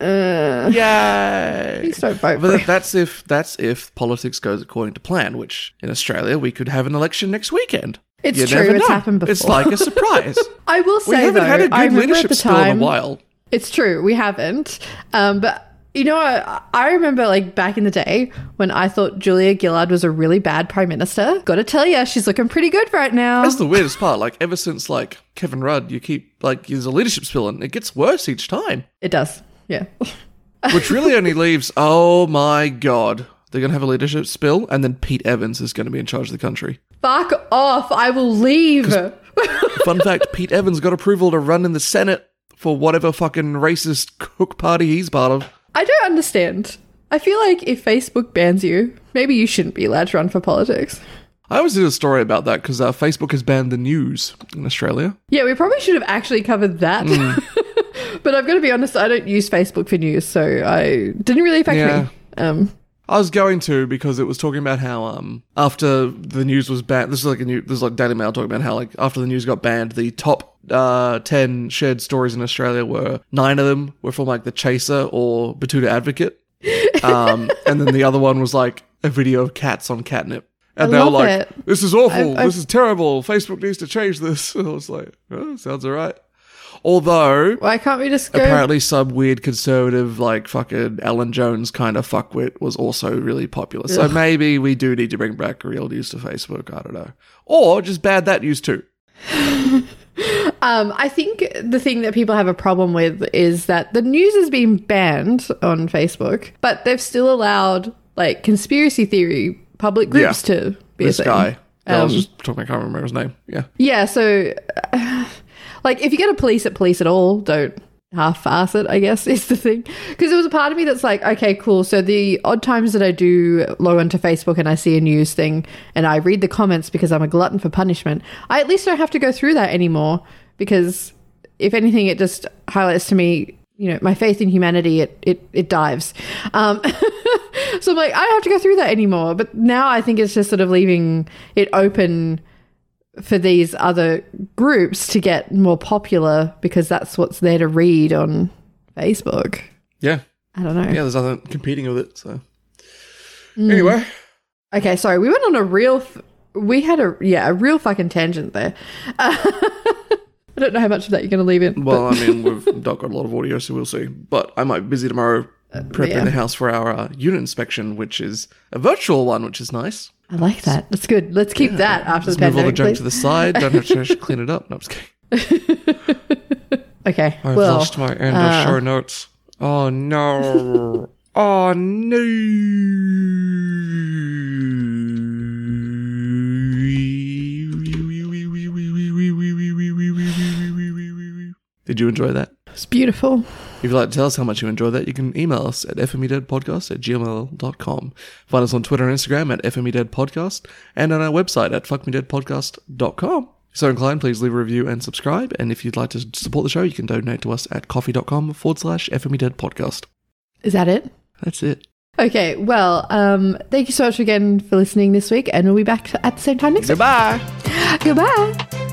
uh,
Yay!
please don't vote
But
for
that-
him.
that's if that's if politics goes according to plan, which in Australia we could have an election next weekend.
It's
You
true,
never
it's
know.
happened
It's
before.
like a surprise.
I will
we
say
haven't
though,
had a
I
good
remember at
leadership
the
still in a
time.
while.
It's true, we haven't. Um, but you know, I, I remember like back in the day when I thought Julia Gillard was a really bad prime minister. Got to tell you, she's looking pretty good right now.
That's the weirdest part. Like ever since like Kevin Rudd, you keep like there's a leadership spill and it gets worse each time,
it does, yeah.
which really only leaves. Oh my god, they're gonna have a leadership spill, and then Pete Evans is gonna be in charge of the country.
Fuck off! I will leave.
Fun fact: Pete Evans got approval to run in the Senate for whatever fucking racist cook party he's part of.
I don't understand. I feel like if Facebook bans you, maybe you shouldn't be allowed to run for politics.
I always did a story about that because uh, Facebook has banned the news in Australia.
Yeah, we probably should have actually covered that.
Hmm.
but I've got to be honest, I don't use Facebook for news, so I didn't really affect
Yeah.
me. Um,
I was going to because it was talking about how um after the news was banned. This is like a new. This is like Daily Mail talking about how like after the news got banned, the top uh ten shared stories in Australia were nine of them were from like the Chaser or Batuta Advocate, um, and then the other one was like a video of cats on catnip. And
I
they were
love
like,
it.
"This is awful.
I've- I've-
this is terrible. Facebook needs to change this." And I was like, oh, "Sounds alright." Although
why can't we just go?
Apparently, some weird conservative, like fucking Alan Jones kind of fuckwit, was also really popular. So maybe we do need to bring back real news to Facebook. I don't know, or just ban that news too.
Um, I think the thing that people have a problem with is that the news has been banned on Facebook, but they've still allowed like conspiracy theory public groups
Yeah.
to be
This
a thing.
guy, I was
Um,
just talking. I can't remember his name. Yeah,
Yeah, so like if you're going to police it, police it all. Don't half-ass it, I guess, is the thing. Because there was a part of me that's like, okay, cool. So the odd times that I do log onto Facebook and I see a news thing and I read the comments because I'm a glutton for punishment, I at least don't have to go through that anymore because if anything, it just highlights to me, you know, my faith in humanity, it, it, it dives. Um, so I'm like, I don't have to go through that anymore. But now I think it's just sort of leaving it open for these other groups to get more popular because that's what's there to read on Facebook.
yeah,
I don't know.
yeah. There's nothing competing with it. So
Hmm.
anyway,
Okay, sorry, we went on a real. F- we had a yeah a real fucking tangent there. I don't know how much of that you're going to leave in. but-
well, I mean, we've not got a lot of audio, so we'll see. But I might be busy tomorrow prepping
Uh, yeah.
the house for our uh, unit inspection, which is a virtual one, which is nice.
I like that. That's good. Let's keep that after the
Just move all the
pandemic.
junk
please.
to the side. Don't have to clean it up. No, I'm just kidding.
okay.
I've
well,
lost my end of show notes. Oh no. oh no. Did you enjoy that?
it's beautiful.
If you'd like to tell us how much you enjoy that, you can email us at fmedeadpodcast at gmail.com. Find us on Twitter and Instagram at fmedeadpodcast and on our website at fuckmedeadpodcast.com. If so inclined, please leave a review and subscribe. And if you'd like to support the show, you can donate to us at coffee.com forward slash fmedeadpodcast.
Is that it?
That's it.
Okay. Well, um, thank you so much again for listening this week, and we'll be back at the same time next
Goodbye.
week. Goodbye.